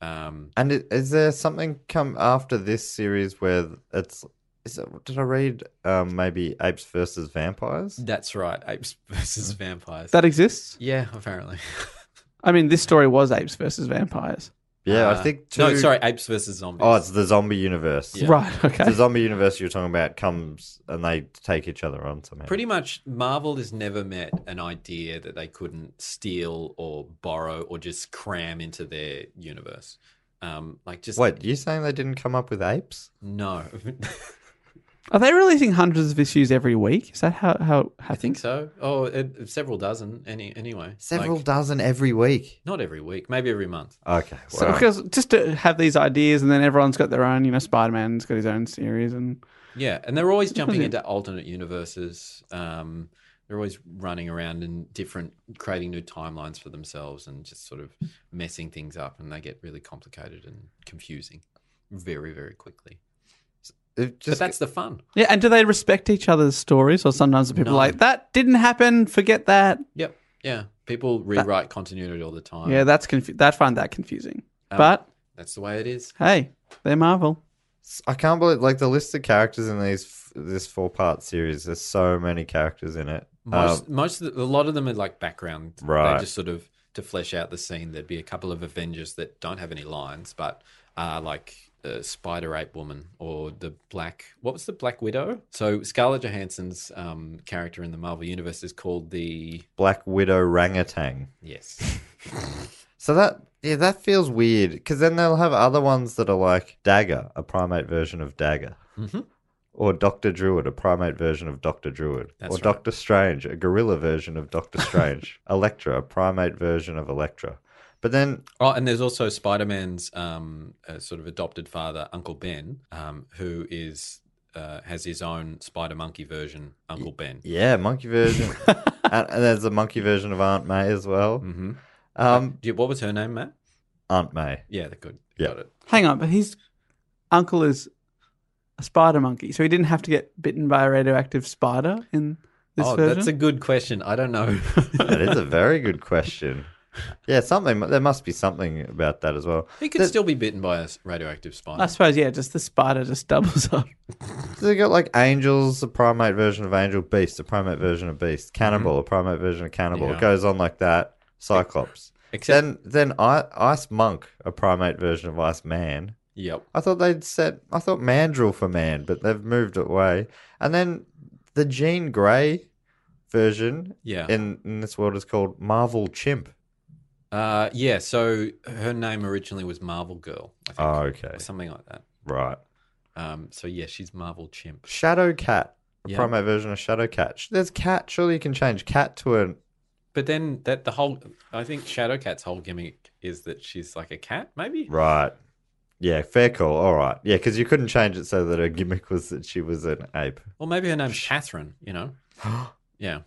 F: Um,
E: And i- is there something come after this series where it's? Is it, did I read um, maybe apes versus vampires?
F: that's right, apes <laughs> versus vampires.
D: That exists?
F: yeah, apparently. <laughs>
D: I mean, this story was apes versus vampires.
E: Yeah, I
F: Uh,
E: think. Two,
F: no, sorry, apes versus zombies.
E: Oh, it's the zombie universe.
D: Right, okay.
E: The zombie universe you're talking about comes and they take each other on somehow.
F: Pretty much, Marvel has never met an idea that they couldn't steal or borrow or just cram into their universe. Um, like just
E: Wait, you saying they didn't come up with apes?
F: no, <laughs>
D: Are they releasing hundreds of issues every week? Is that how how it
F: I
D: happens?
F: think so. Oh, it, several dozen. Any anyway,
E: Several
F: Like,
E: dozen every week.
F: not every week, maybe every month.
E: Okay.
D: So
E: wow.
D: because just to have these ideas and then everyone's got their own, you know, Spider Man's got his own series and
F: Yeah, and they're always jumping
D: Brilliant.
F: into alternate universes. Um, they're always running around in different, creating new timelines for themselves, and just sort of messing things up, and they get really complicated and confusing very, very quickly.
E: It
F: But
E: just,
F: that's the fun.
D: yeah, and do they respect each other's stories or sometimes the people
F: No.
D: are like that didn't happen, forget that.
F: Yep. Yeah. People rewrite continuity all the time.
D: yeah, that's confu- that find that confusing.
F: Um,
D: but
F: that's the way it is.
D: hey, they're Marvel.
E: I can't believe like the list of characters in these f- this four part series. There's so many characters in it.
F: Most,
E: Um,
F: most of the, a lot of them are like background.
E: Right.
F: They just sort of to flesh out the scene. There'd be a couple of Avengers that don't have any lines, but are like uh, Spider Ape Woman or the Black. What was the Black Widow? So Scarlett Johansson's um, character in the Marvel Universe is called the
E: Black Widow Rangatang.
F: yes.
E: So that yeah, that feels weird because then they'll have other ones that are like Dagger, a primate version of Dagger,
F: Mm-hmm.
E: or Doctor Druid, a primate version of Doctor Druid,
F: That's
E: or
F: right.
E: Doctor Strange, a gorilla version of Doctor
F: <laughs>
E: Strange, Electra, a primate version of Electra. But then
F: Oh, and there's also Spider Man's um, uh, sort of adopted father, Uncle Ben, um, who is uh, has his own Spider Monkey version, Uncle Ben.
E: yeah, monkey
F: <laughs>
E: version, and, and there's a monkey version of Aunt May as well.
F: Mhm.
E: Um,
F: Do you- what was her name, Matt?
E: Aunt May.
F: Yeah, they're good.
E: Yeah.
F: Got it.
D: Hang on, but his uncle is a spider monkey, so he didn't have to get bitten by a radioactive spider in this
F: oh,
D: version.
F: that's a good question. I
E: <laughs>
F: don't know.
E: That is a very good question. Yeah, something. There must be something about that as well.
F: he could still be bitten by a s- radioactive spider.
D: I suppose, yeah, just the spider just doubles <laughs> up.
E: They got like angels, a primate version of angel, beast, a primate version of beast, cannibal, a primate version of cannibal.
F: Mm-hmm. Yeah.
E: It goes on like that. Cyclops.
F: Except,
E: then then I, ice monk, a primate version of ice man.
F: yep.
E: I thought they'd set. I thought mandrill for man, but they've moved it away. And then the Jean Grey version
F: Yeah.
E: in, in this world is called Marvel Chimp.
F: Uh, yeah, so her name originally was Marvel Girl, I think.
E: Oh, okay.
F: Or something like that.
E: Right.
F: Um, so, yeah, she's Marvel Chimp.
E: Shadow Cat, a
F: Yeah.
E: primate version of Shadow Cat. Sh- There's cat. Surely you can change cat to an.
F: But then that the whole, I think Shadow Cat's whole gimmick is that she's like a cat, maybe?
E: Right. Yeah, fair call. All right. Yeah, because you couldn't change it so that her gimmick was that she was an ape.
F: Or maybe her name's Catherine,
E: <gasps>
F: you know? yeah.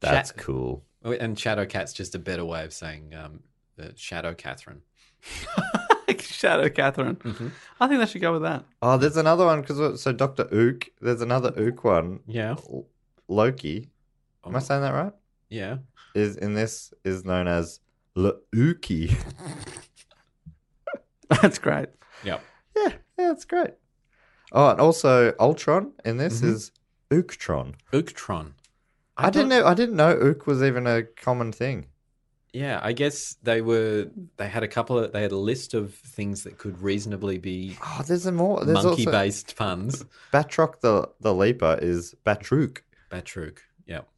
E: That's
F: Sha-
E: cool.
F: And Shadow Cat's just a better way of saying um, uh, Shadow Catherine.
D: Shadow Catherine.
F: Mm-hmm.
D: I think they should go with that. <laughs>
E: Oh, there's another one because so Doctor Ook. There's another Ook one.
F: Yeah.
E: Loki. Am I
F: Oh.
E: saying that right?
F: Yeah.
E: Is in this is known as Lauki.
D: That's great.
F: Yep.
E: <laughs> yeah, yeah, that's great. Oh, and also Ultron in this
F: Mm-hmm.
E: is Ooktron.
F: Ooktron.
E: I, didn't
F: thought-
E: know. I didn't know Ook was even a common thing.
F: Yeah, I guess they were. They had a couple of. They had a list of things that could
E: <gasps>
F: reasonably be
E: Oh, there's a more. There's also
F: monkey-based
E: <laughs>
F: puns.
E: Batroc the the leaper is Batrook.
F: Batrook. Yep.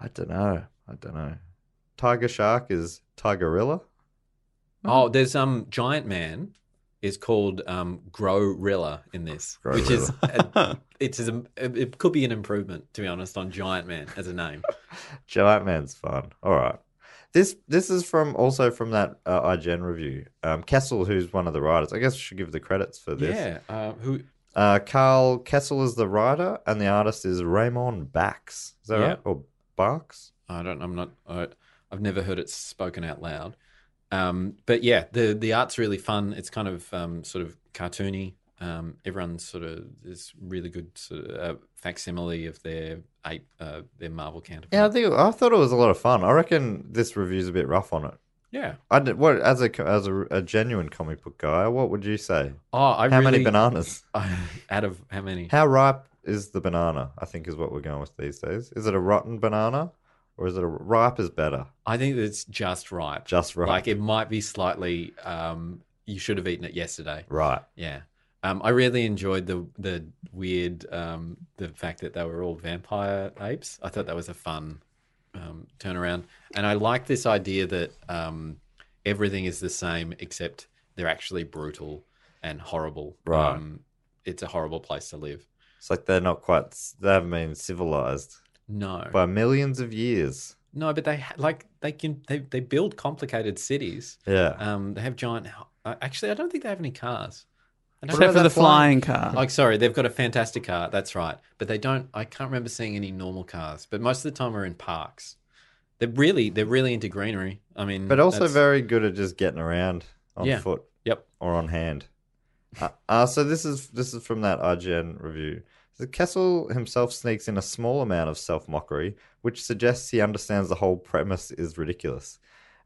E: I don't know. I don't know. Tiger Shark is Tigerilla. Hmm.
F: Oh, there's um giant man is called um Growrilla in this,
E: <laughs>
F: which is a, it's a, it could be an improvement to be honest on Giant Man as a name.
E: Giant Man's fun. All right. This this is from also from that uh, IGN review. Um, Kessel, who's one of the writers, I guess we should give the credits <laughs> for this.
F: yeah, uh, who?
E: Uh, Carl Kessel is the writer, and the artist is Raymond Bax. Is that
F: Yeah.
E: right? Or Barks?
F: I don't. I'm not. I, I've never heard it spoken out loud. Um, but yeah, the the art's really fun. It's kind of um, sort of cartoony. Um, everyone's sort of there's really good sort of, uh, facsimile of their ape, uh, their Marvel counterpart.
E: Yeah, I think I thought it was a lot of fun. I reckon this review's a bit rough on it.
F: yeah.
E: I did, what as a co- as a, a genuine comic book guy, what would you say?
F: Oh, I
E: How many
F: really-
E: bananas?
F: <laughs> out of how many?
E: How ripe is the banana? I think is what we're going with these days. Is it a rotten banana or is it a ripe is better?
F: I think it's just right.
E: Just right.
F: Like it might be slightly. Um, you should have eaten it yesterday.
E: Right.
F: Yeah. Um, I really enjoyed the the weird um, the fact that they were all vampire apes. I thought that was a fun um, turnaround, and I like this idea that um, everything is the same except they're actually brutal and horrible.
E: Right.
F: Um, it's a horrible place to live.
E: It's like they're not quite. They haven't been civilized
F: No,
E: by millions of years.
F: no, but they ha- like they can they they build complicated cities.
E: Yeah.
F: Um, they have giant. uh, Actually, I don't think they have any cars. I don't
D: Except for
E: about
D: the
E: that flying-
D: flying car.
F: Uh, Like, sorry, they've got a fantastic car. That's right. But they don't, I can't remember seeing any normal cars, but most of the time are in parks. They're really, they're really into greenery. I mean,
E: but also
F: that's-
E: very good at just getting around on
F: Yeah.
E: foot
F: Yep.
E: or on hand. Uh, uh, so this is this is from that IGN review. So Kessel himself sneaks in a small amount of self mockery, which suggests he understands the whole premise is ridiculous.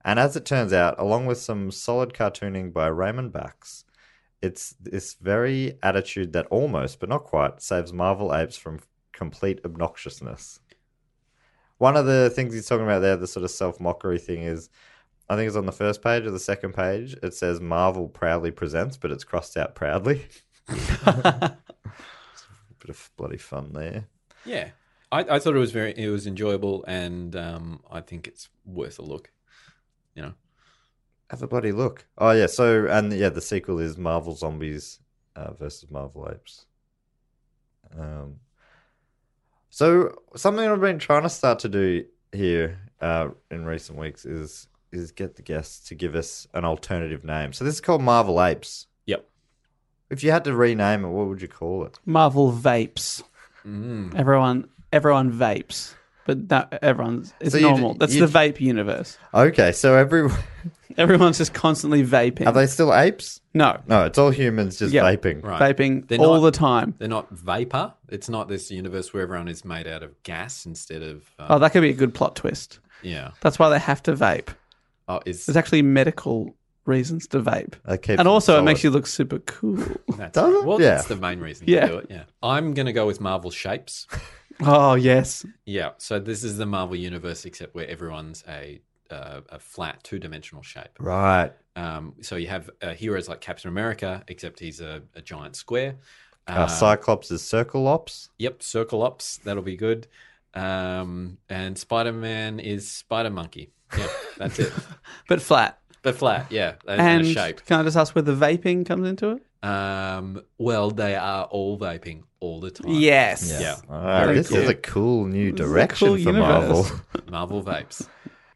E: And as it turns out, along with some solid cartooning by Raymond Bax, it's this very attitude that almost, but not quite, saves Marvel apes from complete obnoxiousness. One of the things he's talking about there, the sort of self mockery thing, is I think it's on the first page or the second page. It says Marvel proudly presents, but it's crossed out proudly. <laughs> Bit of bloody fun there.
F: Yeah. I, I thought it was very, it was enjoyable and um, I think it's worth a look. You know,
E: Have a bloody look. Oh yeah. So and yeah, the sequel is Marvel Zombies uh, versus Marvel Apes. Um. So something I've been trying to start to do here uh, in recent weeks is is get the guests to give us an alternative name. So this is called Marvel Apes.
F: Yep.
E: If you had to rename it, what would you call it?
D: Marvel vapes. Everyone, everyone vapes, but that everyone's it's
E: So you'd-
D: normal. That's the
E: you'd-
D: vape universe.
E: Okay, so every <laughs>
D: Everyone's just constantly vaping.
E: Are they still apes?
D: no,
E: No, it's all humans just
D: Yeah.
E: vaping.
F: right.
D: vaping
F: They're
D: all
F: not-
D: the time.
F: They're not vapor. It's not this universe where everyone is made out of gas instead of, uh,
D: Oh, that could be a good plot twist.
F: yeah.
D: That's why they have to vape.
F: Oh, is
D: There's actually medical reasons to vape,
E: That keeps
D: and also it
E: them
D: makes you
E: solid.
D: look super cool.
F: that's,
E: does it?
F: well,
E: Yeah.
F: that's the main reason
D: Yeah.
F: to do it. Yeah. I'm going to go with Marvel Shapes.
D: oh yes,
F: Yeah, so this is the Marvel universe, except where everyone's a uh, a flat two dimensional shape.
E: right.
F: Um, so you have uh, heroes like Captain America, except he's a, a giant square.
E: Uh, Cyclops is circle ops.
F: Yep, circle ops. That'll be good. Um, and Spider Man is Spider Monkey. Yeah, that's it.
D: but flat.
F: but flat, yeah, and,
D: And
F: and a shape.
D: can I just ask where the vaping comes into it?
F: Um, well, they are all vaping all the time.
D: Yes.
F: Yeah.
E: Ah,
F: Very
E: this
F: cool.
E: is a cool new
D: This is a
E: direction
D: cool
E: for
D: universe.
E: Marvel. <laughs>
F: Marvel vapes.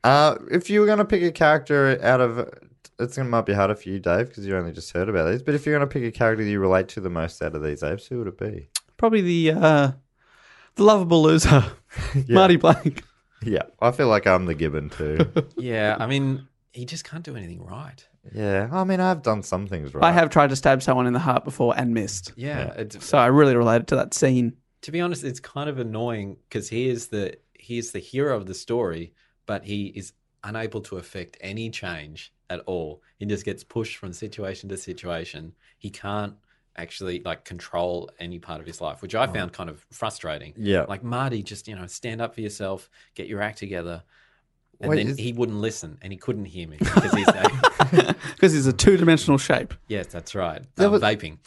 E: Uh, if you were going to pick a character out of, it's going to might be harder for you, Dave, because you only just heard about these. But if you're going to pick a character that you relate to the most out of these apes, who would it
D: <laughs>
E: be?
D: Probably the uh, the lovable loser, Marty Blank.
E: Yeah, I feel like I'm the Gibbon too.
D: <laughs>
F: Yeah, I mean, he just can't do anything right.
E: yeah, I mean, I've done some things right.
D: I have tried to stab someone in the heart before and missed.
F: Yeah, it's
D: So I really related to that scene. <laughs>
F: to be honest, it's kind of annoying because he is the he is the hero of the story, but he is unable to affect any change at all. He just gets pushed from situation to situation. He can't actually like control any part of his life, which I found kind of frustrating.
E: Mm. Yeah.
F: Like Marty, just you know, stand up for yourself, get your act together. And
E: Wait,
F: then
E: is-
F: he wouldn't listen and he couldn't hear
E: <laughs>
F: me because he's a,
D: Because he's a two dimensional shape.
F: yes, that's right.
E: There
F: Um,
E: was-
F: vaping.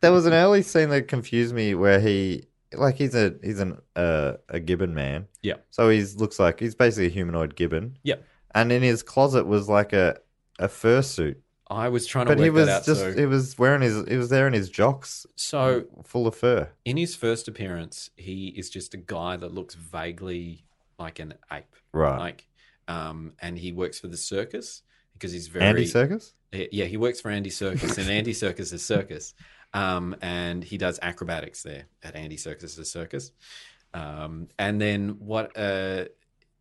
E: there was an early scene that confused me where he like he's a he's an uh, a gibbon man.
F: Yeah.
E: So he's looks like he's basically a humanoid gibbon.
F: Yep.
E: And in his closet was like a a fursuit.
F: I was trying to
E: But
F: work
E: he was
F: that out.
E: just
F: so,
E: he was wearing his he was there in his jocks
F: so
E: full of fur.
F: in his first appearance, he is just a guy that looks vaguely like an ape,
E: Right.
F: Like, um, and he works for the circus because he's very
E: Andy Circus?
F: Yeah, he works for Andy Circus, and Andy Circus is circus, um, and he does acrobatics there at Andy Circus's circus. Um, and then what? Uh,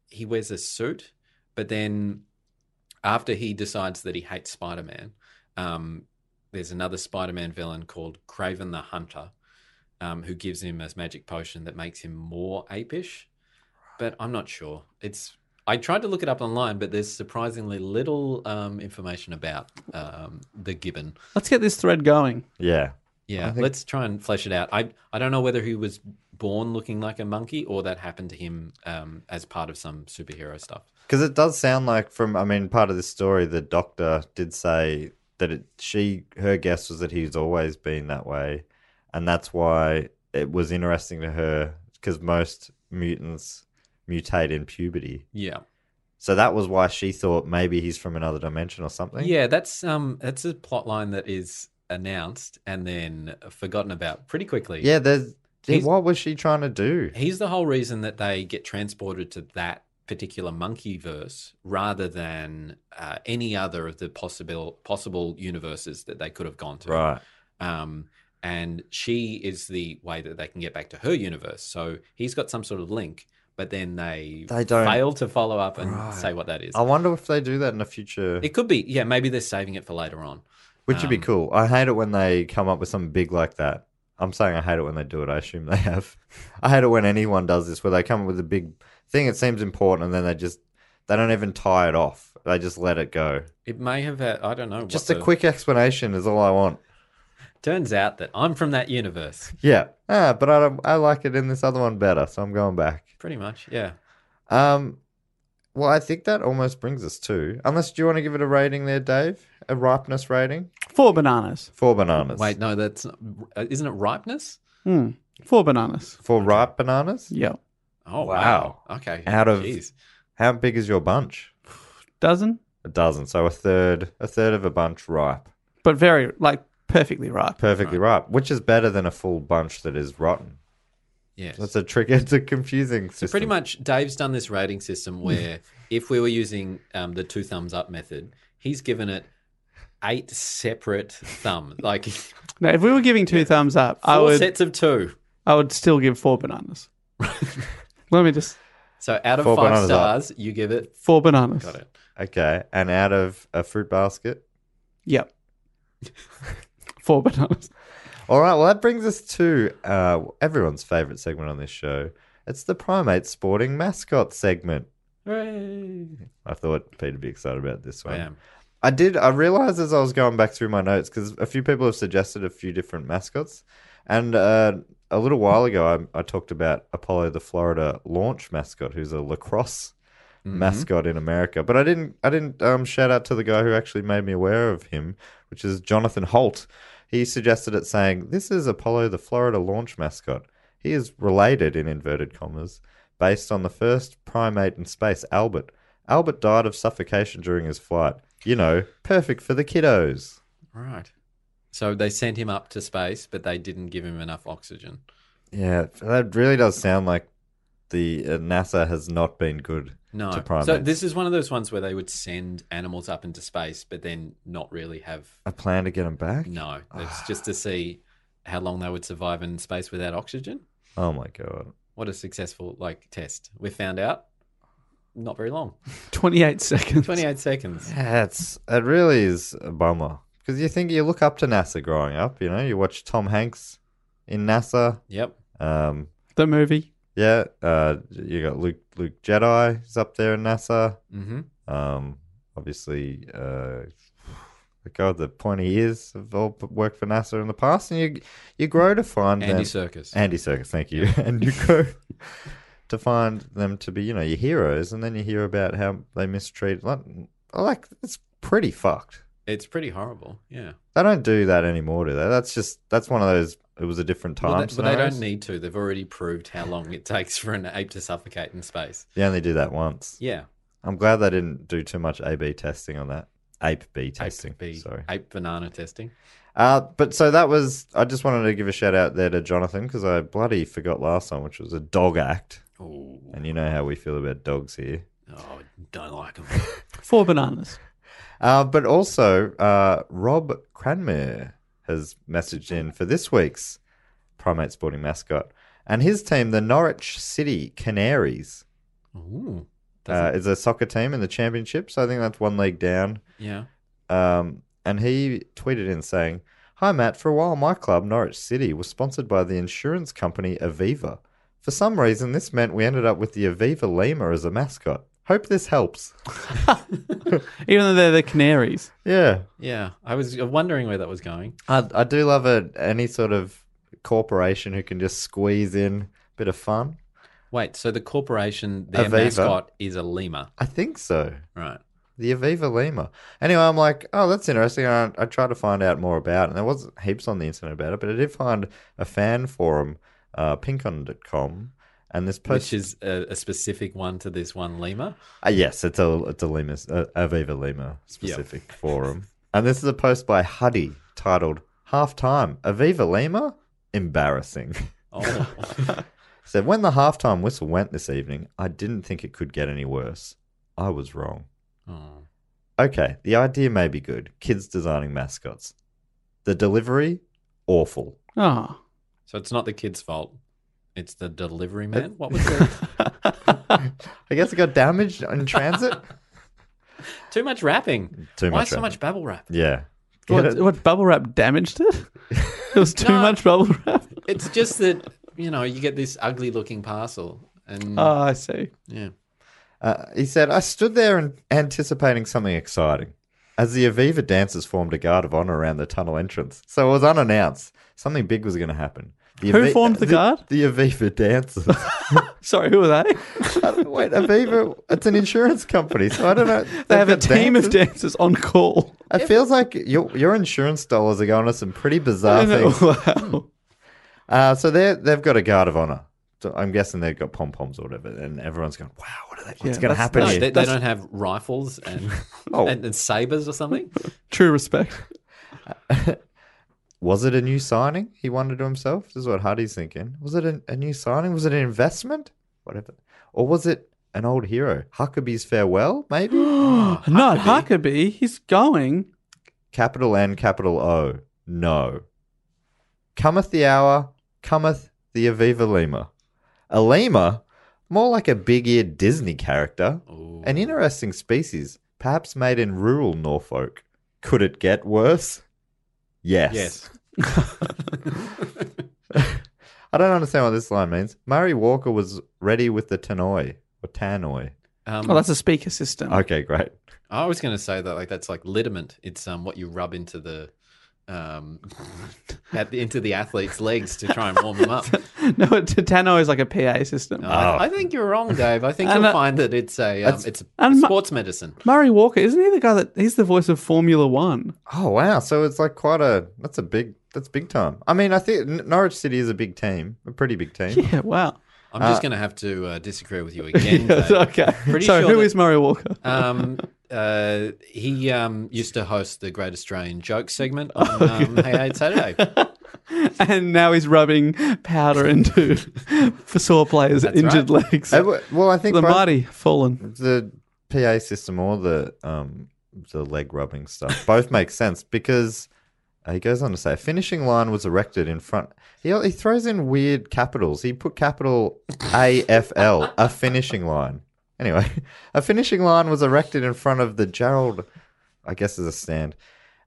F: he wears a suit, but then after he decides that he hates Spider Man, um, there's another Spider Man villain called Craven the Hunter, um, who gives him a magic potion that makes him more apish. But I'm not sure. It's I tried to look it up online, but there's surprisingly little um, information about um, the gibbon.
D: Let's get this thread going.
E: Yeah.
F: Yeah,
E: I think-
F: let's try and flesh it out. I I don't know whether he was born looking like a monkey or that happened to him um, as part of some superhero stuff.
E: Because it does sound like from I mean part of the story the doctor did say that it, she her guess was that he's always been that way, and that's why it was interesting to her because most mutants mutate in puberty.
F: Yeah.
E: So that was why she thought maybe he's from another dimension or something.
F: Yeah, that's um that's a plot line that is announced and then forgotten about pretty quickly.
E: Yeah, there's yeah,
F: He's-
E: what was she trying to do?
F: He's the whole reason that they get transported to that particular monkey verse rather than uh, any other of the possible possible universes that they could have gone to.
E: Right.
F: Um, and she is the way that they can get back to her universe. So he's got some sort of link, but then they,
E: They don't-
F: fail to follow up and
E: Right.
F: say what that is.
E: I wonder if they do that in the future.
F: It could be, yeah, maybe they're saving it for later on.
E: Which would be
F: Um,
E: cool. I hate it when they come up with something big like that. I'm saying I hate it when they do it. I assume they <laughs> have. I hate it when anyone does this, where they come up with a big thing. It seems important, and then they just they don't even tie it off. They just let it go.
F: It may have, had, I don't know. what
E: Just a
F: the-
E: quick explanation is all I want.
F: Turns out that I'm from that universe,
E: Yeah. Ah, but I don't, I like it in this other one better, so I'm going back.
F: pretty much. Yeah.
E: Um, well, I think that almost brings us to. Unless do you want to give it a rating there, Dave? A ripeness rating?
D: Four bananas.
E: Four bananas.
F: Wait, no, that's not, uh, isn't it ripeness?
D: Hmm. Four bananas.
E: Four ripe bananas?
D: Yeah.
F: Oh wow.
E: Wow.
F: Okay.
E: Out of-
F: Jeez.
E: How big is your bunch?
D: Dozen,
E: A dozen. So a third, a third of a bunch ripe,
D: but very, like, perfectly ripe.
E: perfectly ripe, which is better than a full bunch that is rotten.
F: Yes.
E: That's a trick. <laughs> It's a confusing system.
F: So pretty much, Dave's done this rating
E: <laughs>
F: system where if we were using um, the two thumbs up method, he's given it eight separate thumb, <laughs> like four
D: Now, if we were giving two thumbs up, I would,
F: sets of two.
D: I would still give four
F: <laughs>
D: bananas. Let me just,
F: So out of
E: Four
F: five
E: bananas up.
F: stars, you give it.
D: four bananas.
F: Got it.
E: Okay, and out of a fruit basket.
D: Yep. four bananas.
E: All right. Well, that brings us to uh, everyone's favorite segment on this show. It's the primate sporting mascot segment.
F: Hooray.
E: I thought Peter'd be excited about this one.
F: I am.
E: I did. I realized as I was going back through my notes because a few people have suggested a few different mascots, and uh, a little while ago I, I talked about Apollo, the Florida launch mascot, who's a lacrosse
F: Mm-hmm.
E: mascot in America. But I didn't. I didn't um, shout out to the guy who actually made me aware of him, which is Jonathan Holt. He suggested it, saying, "This is Apollo, the Florida launch mascot. He is related in inverted commas." based on the first primate in space, Albert. Albert died of suffocation during his flight. You know, perfect for the kiddos.
F: Right. So they sent him up to space, but they didn't give him enough oxygen.
E: Yeah, that really does sound like the uh, NASA has not been good
F: No.
E: to primates.
F: So this is one of those ones where they would send animals up into space, but then not really have
E: a plan to get them back.
F: no.
E: Ah.
F: It's just to see how long they would survive in space without oxygen.
E: Oh my god.
F: What a successful like test. We found out not very long. <laughs>
D: 28 seconds.
F: Twenty eight seconds.
E: Yeah, it's it really is a bummer because you think you look up to NASA growing up. You know, you watch Tom Hanks in NASA.
F: Yep.
E: Um,
D: the movie.
E: Yeah, uh, you got Luke Luke Jedi is up there in NASA.
F: Mm-hmm.
E: Um, obviously, uh, the God, the pointy years have all p- worked for NASA in the past, and you you grow to find
F: Andy
E: them-
F: Circus.
E: Andy Circus, thank you, <laughs> and you
F: <laughs>
E: grow to find them to be you know your heroes, and then you hear about how they mistreat. Like, like it's pretty fucked.
F: It's pretty horrible. Yeah.
E: They don't do that anymore, do they? That's just that's one of those. It was a different time.
F: Well, they- but they
E: scenarios.
F: don't need to. They've already proved how long it <laughs> takes for an ape to suffocate in space.
E: They only do that once.
F: Yeah.
E: I'm glad they didn't do too much A/B testing on that. Ape B testing.
F: Ape, be-
E: Sorry.
F: ape banana testing.
E: Uh, but so that was. I just wanted to give a shout out there to Jonathan because I bloody forgot last time, which was a dog act,
F: Ooh.
E: and you know how we feel about dogs here.
F: Oh, don't like them.
D: Four bananas.
E: Uh, but also, uh, Rob Cranmer has messaged in for this week's primate sporting mascot and his team, the Norwich City Canaries,
F: Ooh.
E: uh,
F: Doesn't-
E: is a soccer team in the championship. So I think that's one leg down.
F: yeah.
E: Um, and he tweeted in saying, Hi, Matt. For a while, my club, Norwich City, was sponsored by the insurance company Aviva. For some reason, this meant we ended up with the Aviva Lima as a mascot. Hope this helps.
D: Even though they're the canaries.
E: Yeah.
F: Yeah. I was wondering where that was going.
E: I, I do love a, any sort of corporation who can just squeeze in a bit of fun.
F: Wait, so the corporation, their
E: Aviva.
F: mascot is a lemur.
E: I think so.
F: Right.
E: The Aviva Lima. Anyway, I'm like, oh, that's interesting. I, I tried to find out more about it, and there wasn't heaps on the internet about it, but I did find a fan forum, uh, pinkon.com, and this post
F: Which is a, a specific one to this one lemur.
E: Uh, yes, it's a it's a Lima, uh, Aviva Lima specific
F: <laughs>
E: forum, and this is a post by Huddy titled "Half Time Aviva Lima embarrassing." <laughs>
F: Oh. <laughs>
E: Said when the halftime whistle went this evening, I didn't think it could get any worse. I was wrong.
F: oh.
E: Okay, the idea may be good. Kids designing mascots, the delivery awful.
D: Oh.
F: So it's not the kid's fault. It's the delivery man. What was the
E: I guess it got damaged
D: <laughs>
E: in transit.
F: too much rapping?
E: Too
F: Why
E: much
F: so
E: rapping.
F: much babble rap?
E: Yeah, Get
D: What,
E: it?
D: what bubble wrap damaged it? It was too
F: <laughs> No.
D: much bubble wrap.
F: It's just that you know you get this ugly looking parcel, and
D: Oh, I see.
F: yeah,
E: Uh, he said, I stood there and anticipating something exciting. As the Aviva dancers formed a guard of honor around the tunnel entrance, so it was unannounced. Something big was going to happen. The
D: Who formed the guard?
E: The Aviva
D: <laughs>
E: dancers.
D: Sorry, who are they?
E: Wait, Aviva, it's an insurance company, so I don't know.
D: They have a
E: They've got
D: team of
E: dancers.
D: dancers on call.
E: It feels like your, your insurance dollars are going to some pretty bizarre things.
D: <laughs> wow.
E: Uh, so they they've got a guard of honor. So I'm guessing they've got pom poms or whatever, and everyone's going, "Wow, what are they, what's
D: Yeah,
E: going to
D: that's-
E: happen
F: no,
E: here?"
F: they, they don't have rifles and,
E: Oh.
F: and and sabers or something.
D: <laughs> True
F: <gasps>
D: respect.
E: Was it a new signing? He wondered to himself. This is what Hardy's thinking. Was it a, a new signing? Was it an investment? Whatever. Or was it an old hero? Huckabee's farewell, maybe?
D: Not Huckabee. He's going.
E: capital N, capital O. No. Cometh the hour, cometh the Aviva Lima. A lima, more like a big eared Disney character. An interesting species, perhaps made in rural Norfolk. Could it get worse? Yes.
F: Yes.
E: I don't understand what this line means. Murray Walker was ready with the tannoy or tannoy.
F: Um,
D: Oh, that's a speaker system.
E: Okay, great.
F: I was going to say that like that's like lidament. It's um what you rub into the um <laughs> at the, into the athlete's legs to try and warm them up.
D: <laughs> No, Titano is like a PA system.
F: No, I, I think you're wrong, Dave. I think
D: Oh. And,
F: you'll
D: uh,
F: find that it's a um,
E: that's-
F: it's
D: and my-
F: sports medicine.
D: Murray Walker, isn't he the guy that he's the voice of Formula
F: <laughs>
D: One?
E: Oh wow, so it's like quite a that's a big that's big time. I mean, I think N- Norwich City is a big team, a pretty big team.
D: Yeah, wow.
F: I'm just going to have to uh, disagree
D: <laughs>
F: with you again.
D: Yes,
F: Dave.
D: okay.
F: Pretty
D: so
F: sure
D: who
F: that-
D: is Murray
F: <laughs>
D: Walker?
F: Um, uh, he um, used to host the Great Australian Joke segment
D: <laughs>
F: on um, Hey Hey Saturday.
D: and now he's rubbing powder into <laughs> for sore players' injured legs.
E: Uh, w- Well, I think
D: the
E: both
D: mighty fallen.
E: the PA system or the um the leg rubbing stuff both make sense because uh, he goes on to say a finishing line was erected in front. He he throws in weird capitals. He put capital A F L a finishing line. Anyway, <laughs> a finishing line was erected in front of the Gerald, I guess, is a stand,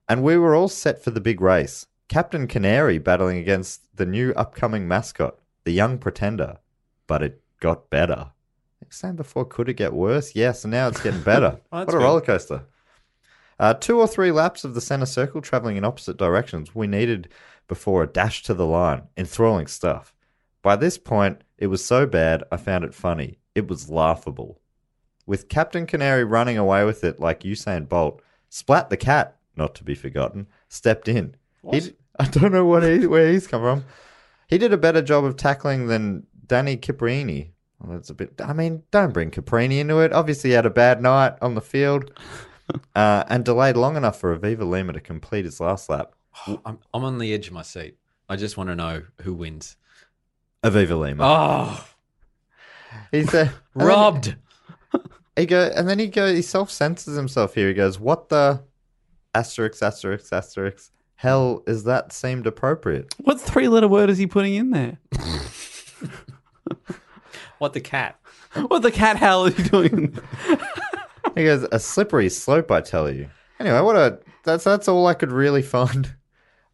E: and we were all set for the big race. Captain Canary battling against the new upcoming mascot, The Young Pretender, but it got better. I was saying before, could it get worse? Yes, and now it's getting
F: <laughs>
E: better.
F: Oh, that's
E: what a
F: good.
E: roller coaster. Uh, two or three laps of the center circle traveling in opposite directions we needed before a dash to the line. Enthralling stuff. By this point, it was so bad I found it funny. It was laughable. With Captain Canary running away with it like Usain Bolt, Splat the cat, not to be forgotten, stepped in. He, <laughs> I don't know what he, where he's come from. He did a better job of tackling than Danny Caprini. Well, that's a bit. I mean, don't bring Caprini into it. Obviously, he had a bad night on the field, uh, and delayed long enough for Aviva Lima to complete his last lap.
F: I'm, I'm on the edge of my seat. I just want to know who wins.
E: Aviva Lima.
F: Oh,
E: He said, and
D: Um,
E: then-
F: robbed.
E: He go, and then he go. He self censors himself here. He goes, "What the asterisk asterisk asterisk hell is that? Seemed appropriate."
D: What three letter word is he putting in there?
F: What the cat?
D: <laughs> What the cat hell are you doing?
E: He goes, "A slippery slope, I tell you." Anyway, what a that's that's all I could really <laughs> find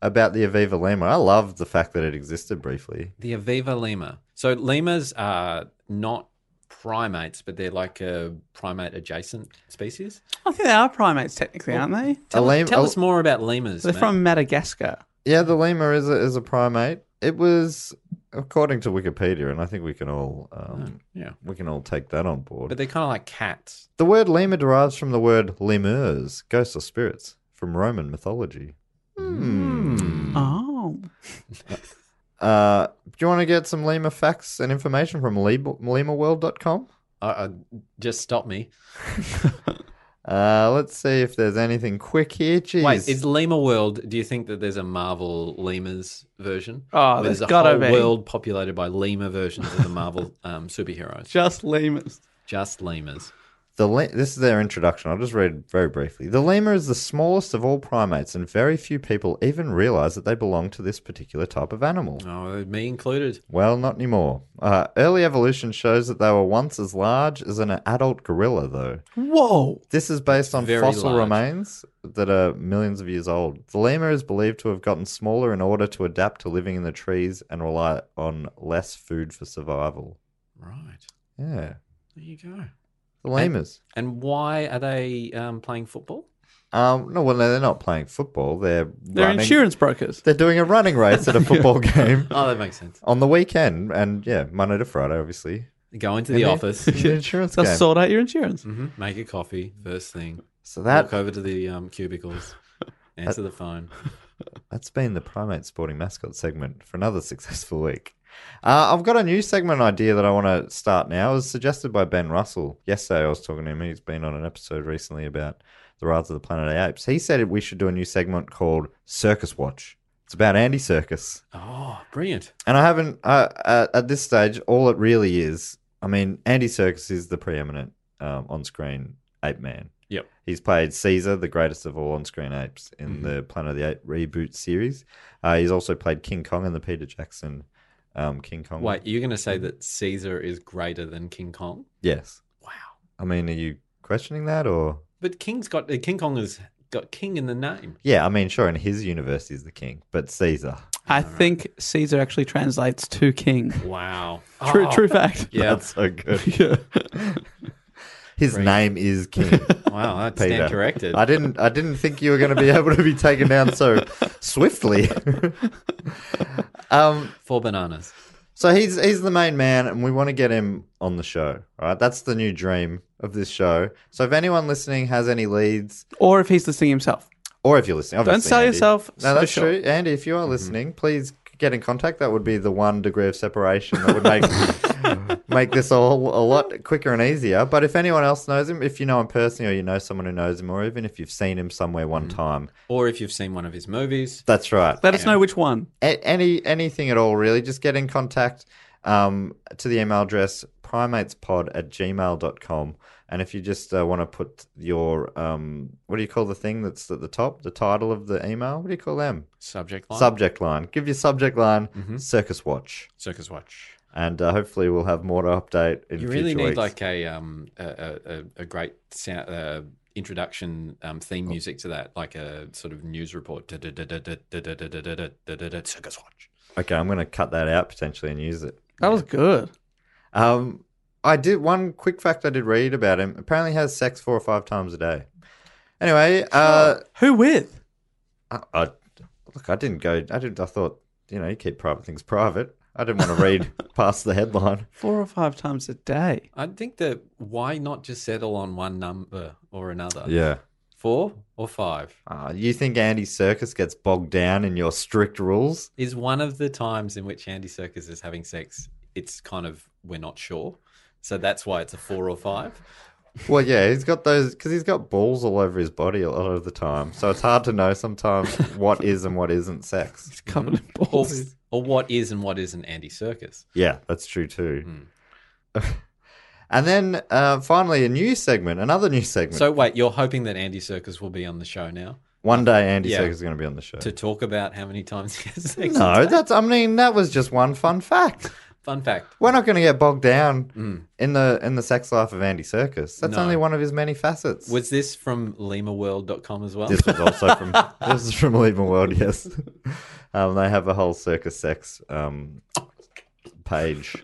E: about the Aviva Lima. I love the fact that it existed briefly.
F: The Aviva Lima. So lemurs are not primates, but they're like a primate adjacent species.
D: I think they are primates technically, aren't they?
E: a lemur,
F: Tell us more about lemurs.
D: They're
F: mate.
D: from Madagascar.
E: oh, yeah, the lemur is a, is a primate. It was according to Wikipedia, and I think we can all um,
F: Mm, yeah,
E: we can all take that on board.
F: but they're kind of like cats.
E: The word lemur derives from the word lemurs, ghosts or spirits, from Roman mythology.
F: Hmm.
E: Hmm.
D: Oh.
E: Uh, do you want to get some lemur facts and information from lem- lemurworld.com?
F: Uh, uh, just stop me.
E: Uh, let's see if there's anything quick here. Jeez.
F: Wait, is Lemur World? Do you think that there's a Marvel lemurs version?
D: Oh,
F: Where
D: there's
F: there's a
D: gotta
F: whole
D: be.
F: world populated by lemur versions of the Marvel <laughs> um, superheroes.
D: Just lemurs.
F: Just lemurs.
E: The le- this is their introduction. I'll just read very briefly. The lemur is the smallest of all primates, and very few people even realize that they belong to this particular type of animal.
F: Oh, me included.
E: Well, not anymore. Uh, early evolution shows that they were once as large as an adult gorilla, though.
D: Whoa.
E: This is based on
F: Very
E: fossil
F: large.
E: remains that are millions of years old. The lemur is believed to have gotten smaller in order to adapt to living in the trees and rely on less food for survival.
F: Right.
E: Yeah.
F: There you go.
E: The lemurs.
F: And why are they um,
D: <laughs>
F: playing football?
E: Um, no, well, no, they're not playing football. They're
D: They're
E: running.
D: insurance brokers.
E: They're doing a running race
F: <laughs>
E: at a football game
F: Oh, that makes sense.
E: on the weekend, and yeah, Monday to Friday,
F: <laughs>
E: obviously.
F: Go into the
E: And they-
D: <laughs>
F: office,
E: The insurance
D: They'll
E: game.
D: sort out your insurance.
F: hmm make a coffee first thing.
E: so that
F: Walk over to the um,
D: <laughs>
F: cubicles, answer the phone.
E: That's been the primate sporting mascot segment for another <laughs> successful week. Uh, I've got a new segment idea that I want to start now. It was suggested by Ben Russell yesterday. I was talking to him. He's been on an episode recently about the rise of the Planet of the Apes. He said we should do a new segment called Circus Watch. It's about Andy Circus.
F: Oh, brilliant!
E: And I haven't uh, uh, at this stage. All it really is, I mean, Andy Serkis is the preeminent um, on-screen ape man.
F: Yep. Mm-hmm.
E: he's played Caesar, the greatest of all on-screen apes, in the Planet of the Apes reboot series. Uh, he's also played King Kong in the Peter Jackson um, King Kong.
F: Wait, you're going to say that Caesar is greater than King Kong?
E: yes.
F: Wow!
E: I mean, are you questioning that or?
F: But King's got uh, King Kong has got King in the name.
E: Yeah, I mean, sure. In his universe, he's the king, but Caesar. <laughs>
D: I think Caesar actually translates to king.
F: Wow!
D: True,
F: Oh,
D: true <laughs> fact.
F: <laughs> Yeah.
E: That's so good.
D: Yeah.
E: His name is
F: <laughs>
E: King.
F: <laughs> Wow, that's
E: Peter.
F: stand corrected.
E: I didn't. I didn't think you were going to be able to be taken down so swiftly. <laughs> um.
F: Four bananas.
E: So he's he's the main man, and we want to get him on the show. All right, that's the new dream of this show. So if anyone listening has any leads,
D: Or if he's listening himself.
E: or if you're listening,
D: Don't
E: obviously,
D: sell
E: Andy.
D: yourself Mm-hmm.
E: No, that's
D: social.
E: true, Andy. If you are listening, please get in contact. That would be the one degree of separation that would
D: <laughs>
E: make make this all a lot quicker and easier. But if anyone else knows him, if you know him personally, or you know someone who knows him, or even if you've seen him somewhere one
D: Mm.
E: time,
F: Or if you've seen one of his movies,
E: that's right.
D: Let us know which one.
E: a- any anything at all really just get in contact um, to the email address primatespod at gmail.com and if you just uh, want to put your um, what do you call the thing that's at the top the title of the email what do you call them
F: subject line, Mm-hmm.
E: subject line give your subject line circus watch
F: circus watch.
E: and uh, hopefully we'll have more to update in
F: You
E: future
F: really need
E: weeks.
F: like a um a a, a- a great sound, uh, introduction um
E: Oh.
F: theme music to that, like a sort of news report. Da-da-da-da-da-da-da-da-da-da-da-da-da, Circus watch.
E: okay i'm going to cut that out potentially and use it
D: That was good.
E: Um, I did one quick fact I did read about him. Apparently, he has sex four or five times a day. Anyway, uh,
D: Who with?
E: I, I, look, I didn't go. I didn't. I thought you know you keep private things private. I didn't want to
F: <laughs>
E: read past the headline.
D: Four or five times a day.
F: I think that why not just settle on one number or another?
E: Yeah.
F: Four or five
E: Uh, you think Andy Circus gets bogged down in your strict rules?
F: is one of the times in which Andy Circus is having sex. It's kind of we're not sure, so that's why it's a four or five.
E: Well, yeah, he's got those because he's got balls all over his body a lot of the time, so it's hard to know
F: <laughs>
E: sometimes what is and what isn't sex.
D: Covered in <laughs>
F: Or,
D: balls.
F: or what is and what isn't Andy Circus?
E: Yeah, that's true too.
F: Hmm.
E: <laughs> and then uh, finally, a new segment, another new segment.
F: So wait, you're hoping that Andy Circus will be on the show now
E: one day, Andy
F: Yeah.
E: Circus is going to be on the show.
F: to talk about how many times he has sex?
E: No, that's. I mean, that was just one fun fact.
F: Fun fact.
E: We're not going to get bogged down in the in the sex life of Andy Circus. That's
F: No.
E: only one of his many facets.
F: Was this from LimaWorld.com as well?
E: This was also from <laughs> this is from Leaving World, yes. <laughs> Um, they have a whole circus sex um, page.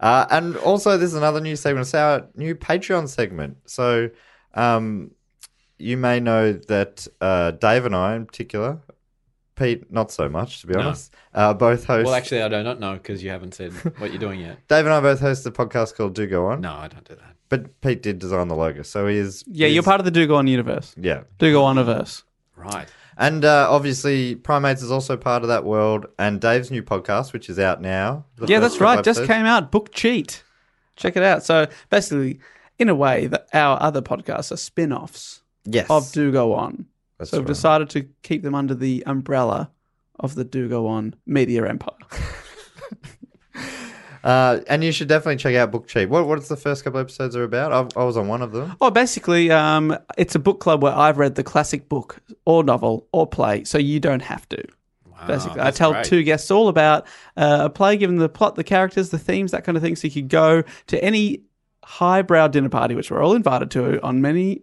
E: Uh, and also, this is another new segment. It's our new Patreon segment. So, um, you may know that uh, Dave and I, in particular, Pete, not so much, to be honest, uh, both host.
F: Well, actually, I do not know because you haven't said what you're doing yet.
E: Dave and I both host a podcast called Do Go On.
F: No, I don't do that.
E: But Pete did design the logo. So, he is.
D: Yeah, you're part of the Do Go On universe.
E: Yeah.
D: Do Go Oniverse.
F: Right.
E: And uh, obviously, Primates is also part of that world. And Dave's new podcast, which is out now. the
D: Yeah,
E: first
D: that's
E: couple
D: right. Just
E: episodes.
D: came out. Book Cheat. Check it out. So basically, in a way, that our other podcasts are spin offs
E: Yes.
D: of Do Go On.
E: That's
D: so we've
E: right.
D: decided to keep them under the umbrella of the Do Go On media empire.
E: Uh, and you should definitely check out Book Cheap. What What's the first couple episodes are about? I, I was on one of them.
D: Oh, basically, um, it's a book club where I've read the classic book or novel or play, so you don't have to. basically, I
F: that's
D: tell
F: great.
D: two guests all about uh, a play, given the plot, the characters, the themes, that kind of thing. So you could go to any highbrow dinner party, which we're all invited to on many,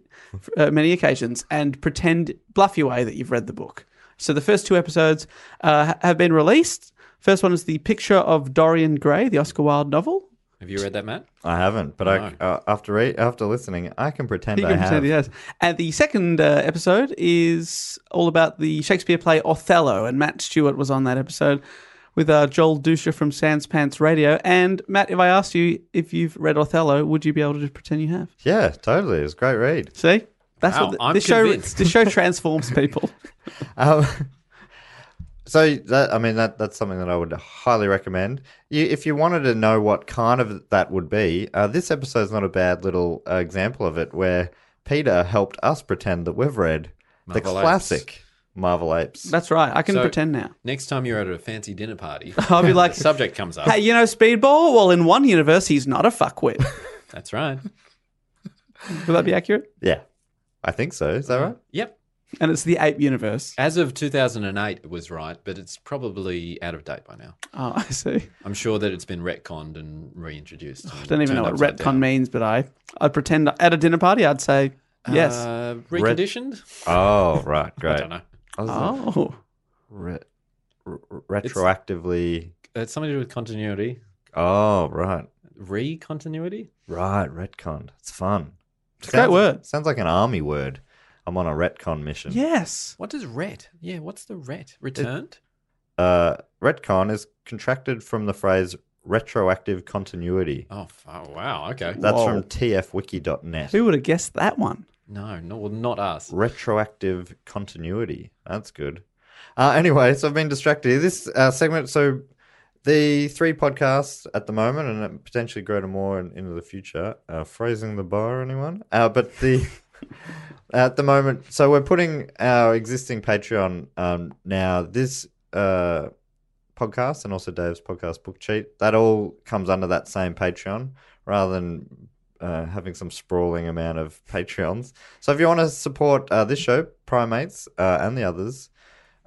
D: uh, many occasions, and pretend bluff your way that you've read the book. So the first two episodes uh, ha- have been released. First one is the picture of Dorian Gray, the Oscar Wilde novel.
F: Have you read that, Matt?
E: I haven't, but I, uh, after re- after listening, I can pretend
D: He
E: I
D: can
E: have.
D: pretend he has. And the second uh, episode is all about the Shakespeare play Othello, and Matt Stewart was on that episode with uh, Joel Dusha from Sans Pants Radio. And Matt, if I asked you if you've read Othello, would you be able to just pretend you have?
E: Yeah, totally. It was a great read.
D: See, that's
F: Wow,
D: what the,
F: I'm
D: this show.
F: convinced.
D: This show transforms
F: <laughs>
D: people.
E: Um, <laughs> so that I mean that that's something that I would highly recommend. You, if you wanted to know what kind of that would be, uh, this episode's not a bad little uh, example of it, where Peter helped us pretend that we've read
F: Marvel
E: the
F: Apes.
E: classic Marvel Apes.
D: that's right. I can
F: So-
D: pretend now.
F: Next time you're at a fancy dinner party,
D: I'll be
F: <laughs> the
D: like,
F: subject comes up.
D: hey, you know Speedball? Well, in one universe, he's not a fuckwit.
F: That's right.
D: Will that be accurate?
E: yeah, I think so. Is that right?
F: Yep.
D: And it's the ape universe.
F: As of 2008, it was right, but it's probably out of date by now.
D: Oh, <laughs> I see.
F: I'm sure that it's been retconned and reintroduced.
D: I don't even know what retcon means, but I I pretend at a dinner party I'd say yes.
F: Uh, reconditioned?
E: Oh, right, great.
F: <laughs> I don't know.
E: I was like,
D: oh,
E: re- re- retroactively.
F: Uh, It's something to do with continuity.
E: Oh, right,
F: Re-continuity?
E: right. Retcon. It's fun. It's
D: a great word.
E: Sounds like an army word. I'm on a retcon mission.
D: yes.
F: What does ret? Yeah, what's the ret? Returned?
E: uh, retcon is contracted from the phrase retroactive continuity.
F: Oh, f- oh, wow. Okay.
E: That's
D: Whoa.
E: from tfwiki.net.
D: Who would have guessed that one?
F: No, no, well, not us.
E: Retroactive continuity. That's good. Uh, anyway, so I've been distracted. This uh, segment, so the three podcasts at the moment, and potentially grow to more in, into the future. Uh, phrasing the bar, anyone? Uh, but the <laughs> at the moment, so we're putting our existing Patreon um, now. This uh, podcast and also Dave's podcast, Book Cheat, that all comes under that same Patreon, rather than uh, having some sprawling amount of Patreons. So if you want to support uh, this show, Primates uh, and the others,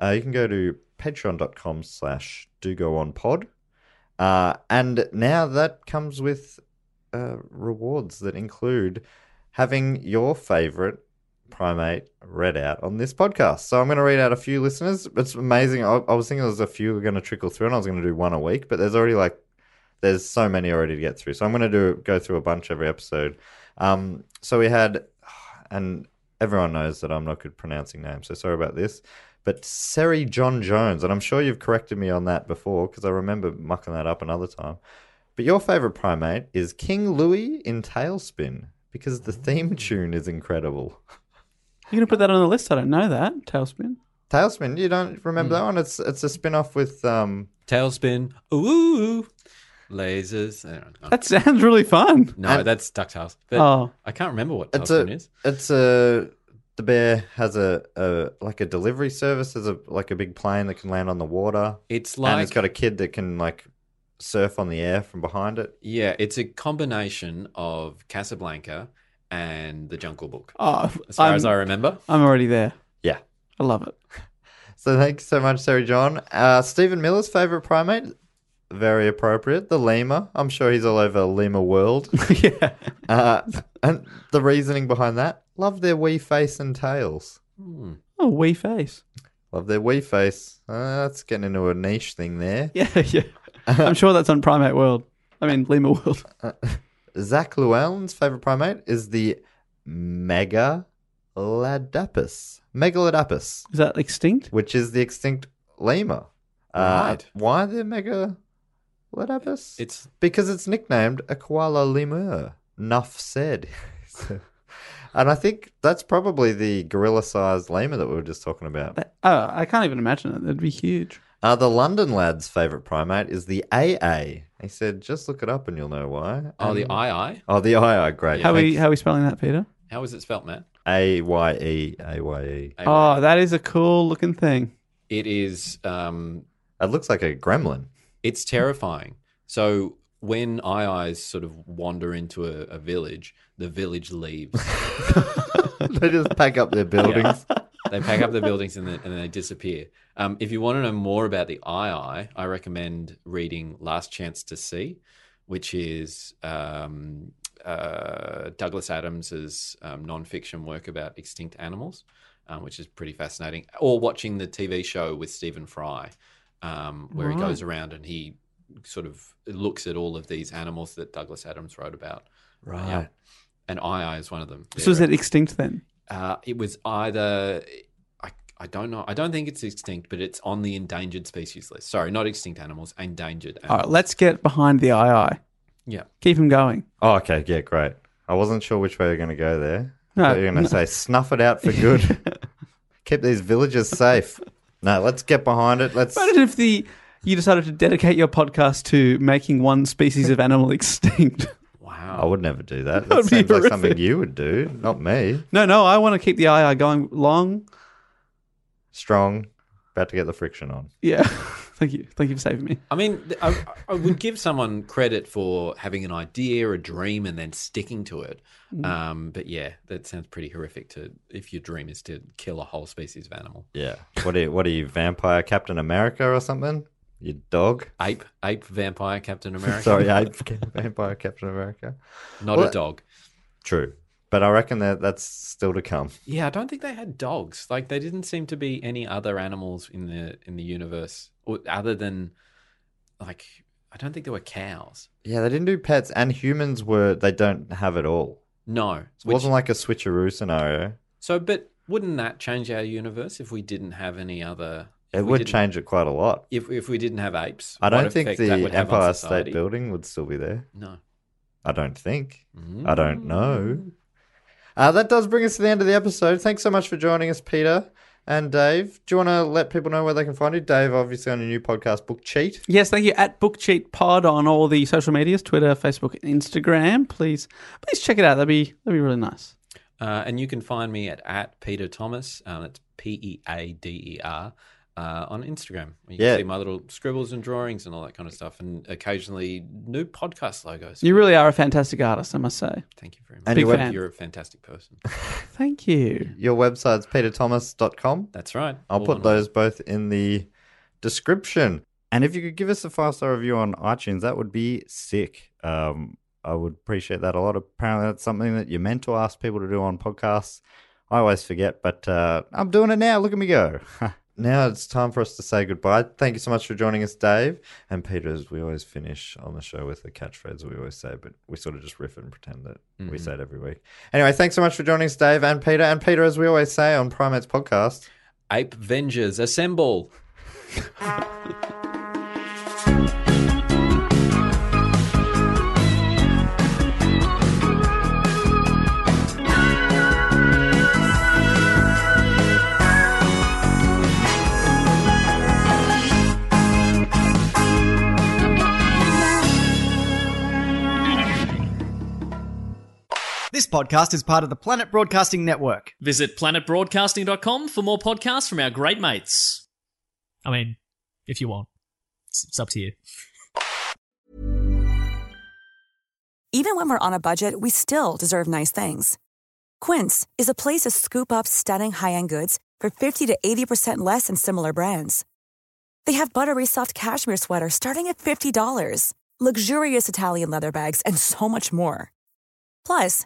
E: uh, you can go to patreon.com slash do go on pod. Uh, and now that comes with uh, rewards that include having your favorite primate read out on this podcast. So I'm going to read out a few listeners. It's amazing. I, I was thinking there's a few were going to trickle through and I was going to do one a week, but there's already like There's so many already to get through. So I'm going to do go through a bunch every episode. Um, so we had, <sighs> and everyone knows that I'm not good pronouncing names, so sorry about this. But Seri John Jones, and I'm sure you've corrected me on that before because I remember mucking that up another time. But your favorite primate is King Louis in Tailspin because the theme tune is incredible.
D: You're going to put that on the list? I don't know that. Tailspin.
E: Tailspin, you don't remember that one? It's it's a spin-off with um
F: Tailspin. Ooh. Lasers. I don't know.
D: That <laughs> sounds really fun.
F: No, that's DuckTales. But
D: Oh.
F: I can't remember what
E: it's
F: Tailspin
E: a
F: is.
E: it's a the bear has a, a like a delivery service, there's a like a big plane that can land on the water.
F: It's like
E: and it's got a kid that can like surf on the air from behind it.
F: yeah, it's a combination of Casablanca and The Jungle Book,
D: Oh,
F: as far
D: I'm,
F: as I remember.
D: I'm already there.
E: Yeah.
D: I love it.
E: So thanks so much, Sarah John. Uh, Stephen Miller's favorite primate, very appropriate, the lemur. I'm sure he's all over lemur world.
D: yeah.
E: uh, and the reasoning behind that, love their wee face and tails.
D: Oh, wee face.
E: Love their wee face. Uh, that's getting into a niche thing there.
D: Yeah, yeah. I'm sure that's on Primate World. I mean, Lima World.
E: Zach Llewellyn's favorite primate is the Megaladapus. Megaladapus,
D: Is that extinct?
E: which is the extinct lemur. Uh,
F: Right.
E: why the Megaladapus?
F: It's
E: Because it's nicknamed a koala lemur. Nuff said. <laughs> and I think that's probably the gorilla sized lemur that we were just talking about.
D: That- Oh, I can't even imagine it. That'd be huge.
E: Uh, the London lad's favourite primate is the AA. He said, just look it up and you'll know why.
F: oh the
E: And-
F: II.
E: Oh, the II, great.
D: How we how we spelling that, Peter?
F: How is it spelt, Matt?
E: A Y E A Y E.
D: Oh, that is a cool looking thing.
F: It is um
E: It looks like a <laughs> gremlin.
F: It's terrifying. So when IIs sort of wander into a, a village, the village leaves.
E: they just pack up their buildings.
F: they pack up the buildings and then, and then they disappear. Um, if you want to know more about the II, I recommend reading Last Chance to See, which is um, uh, Douglas Adams's um, nonfiction work about extinct animals, um, which is pretty fascinating. Or watching the TV show with Stephen Fry, um, where he goes around and he sort of looks at all of these animals that Douglas Adams wrote about. Right. Yeah. And II is one of them.
D: So
F: Yeah.
D: is it extinct then?
F: Uh, it was either I, I don't know. I don't think it's extinct, but it's on the endangered species list. Sorry, not extinct animals, endangered.
D: All
F: Animals.
D: right, let's get behind the II.
F: Yeah.
D: Keep him going.
E: Oh, okay. Yeah, great. I wasn't sure which way you're going to go there.
D: No,
E: No, you're going to
D: no.
E: say, snuff it out for <laughs> good. Keep these villagers safe. No, let's get behind it. Let's.
D: Imagine if the you decided to dedicate your podcast to making one species of animal <laughs> extinct.
F: Wow.
E: I would never do that. That
D: That'd be
E: seems like
D: horrific.
E: something you would do, not me.
D: No, no, I want to keep the II going long.
E: Strong, about to get the friction on.
D: Yeah. <laughs> Thank you. Thank you for saving me.
F: I mean, th- I, I would give someone credit for having an idea, a dream, and then sticking to it. Um, but yeah, that sounds pretty horrific. To if your dream is to kill a whole species of animal,
E: Yeah. What are you, what are you vampire Captain America or something? You dog?
F: ape, ape, vampire, Captain America.
E: Sorry, I vampire Captain America.
F: not
E: Well-
F: a dog.
E: True. But I reckon that that's still to come.
F: Yeah, I don't think they had dogs. Like they didn't seem to be any other animals in the in the universe or, other than like I don't think there were cows.
E: Yeah, they didn't do pets, and humans were they don't have it all.
F: No.
E: It wasn't like a switcheroo scenario.
F: so but wouldn't that change our universe if we didn't have any other if
E: It
F: we
E: would
F: didn't-
E: change it quite a lot.
F: if if we didn't have apes.
E: I
F: what
E: don't think
F: effect that
E: the
F: would have on
E: Empire
F: society?
E: State Building would still be there.
F: No.
E: I don't think. I don't
F: Mm.
E: know. Uh, that does bring us to the end of the episode. Thanks so much for joining us, Peter and Dave. Do you want to let people know where they can find you? Dave, obviously, on your new podcast, Book Cheat.
D: Yes, thank you. At Book Cheat Pod on all the social medias, Twitter, Facebook, and Instagram. Please please check it out. That'd be that'd be really nice.
F: Uh, and you can find me at, at Peter Thomas. Um, that's P E A D E R uh, on Instagram. You
E: Yeah.
F: can see my little scribbles and drawings and all that kind of stuff, and occasionally new podcast logos.
D: You really are a fantastic artist, I must say.
F: Thank you very much.
E: And Big
D: your fan.
F: You're a fantastic person.
D: Thank you.
E: Your website's peterthomas.com.
F: <laughs> That's right.
E: I'll
F: All
E: put
F: in
E: those both in the description. And if you could give us a five star review on iTunes, that would be sick. Um, I would appreciate that a lot. Apparently, that's something that you're meant to ask people to do on podcasts. I always forget, but uh, I'm doing it now. Look at me go. <laughs> now it's time for us to say goodbye. Thank you so much for joining us, Dave. And Peter, as we always finish on the show with the catchphrase we always say, but we sort of just riff it and pretend that we say it every week. Anyway, thanks so much for joining us, Dave and Peter. And Peter, as we always say on Primates Podcast,
F: Ape Vengers, assemble.
B: This podcast is part of the Planet Broadcasting Network.
C: <gasps> Visit planetbroadcasting.com for more podcasts from our great mates. I mean, if you want, it's, it's up to you.
G: Even when we're on a budget, we still deserve nice things. Quince is a place to scoop up stunning high end goods for 50 to 80% less than similar brands. They have buttery soft cashmere sweaters starting at $50, luxurious Italian leather bags, and so much more. Plus,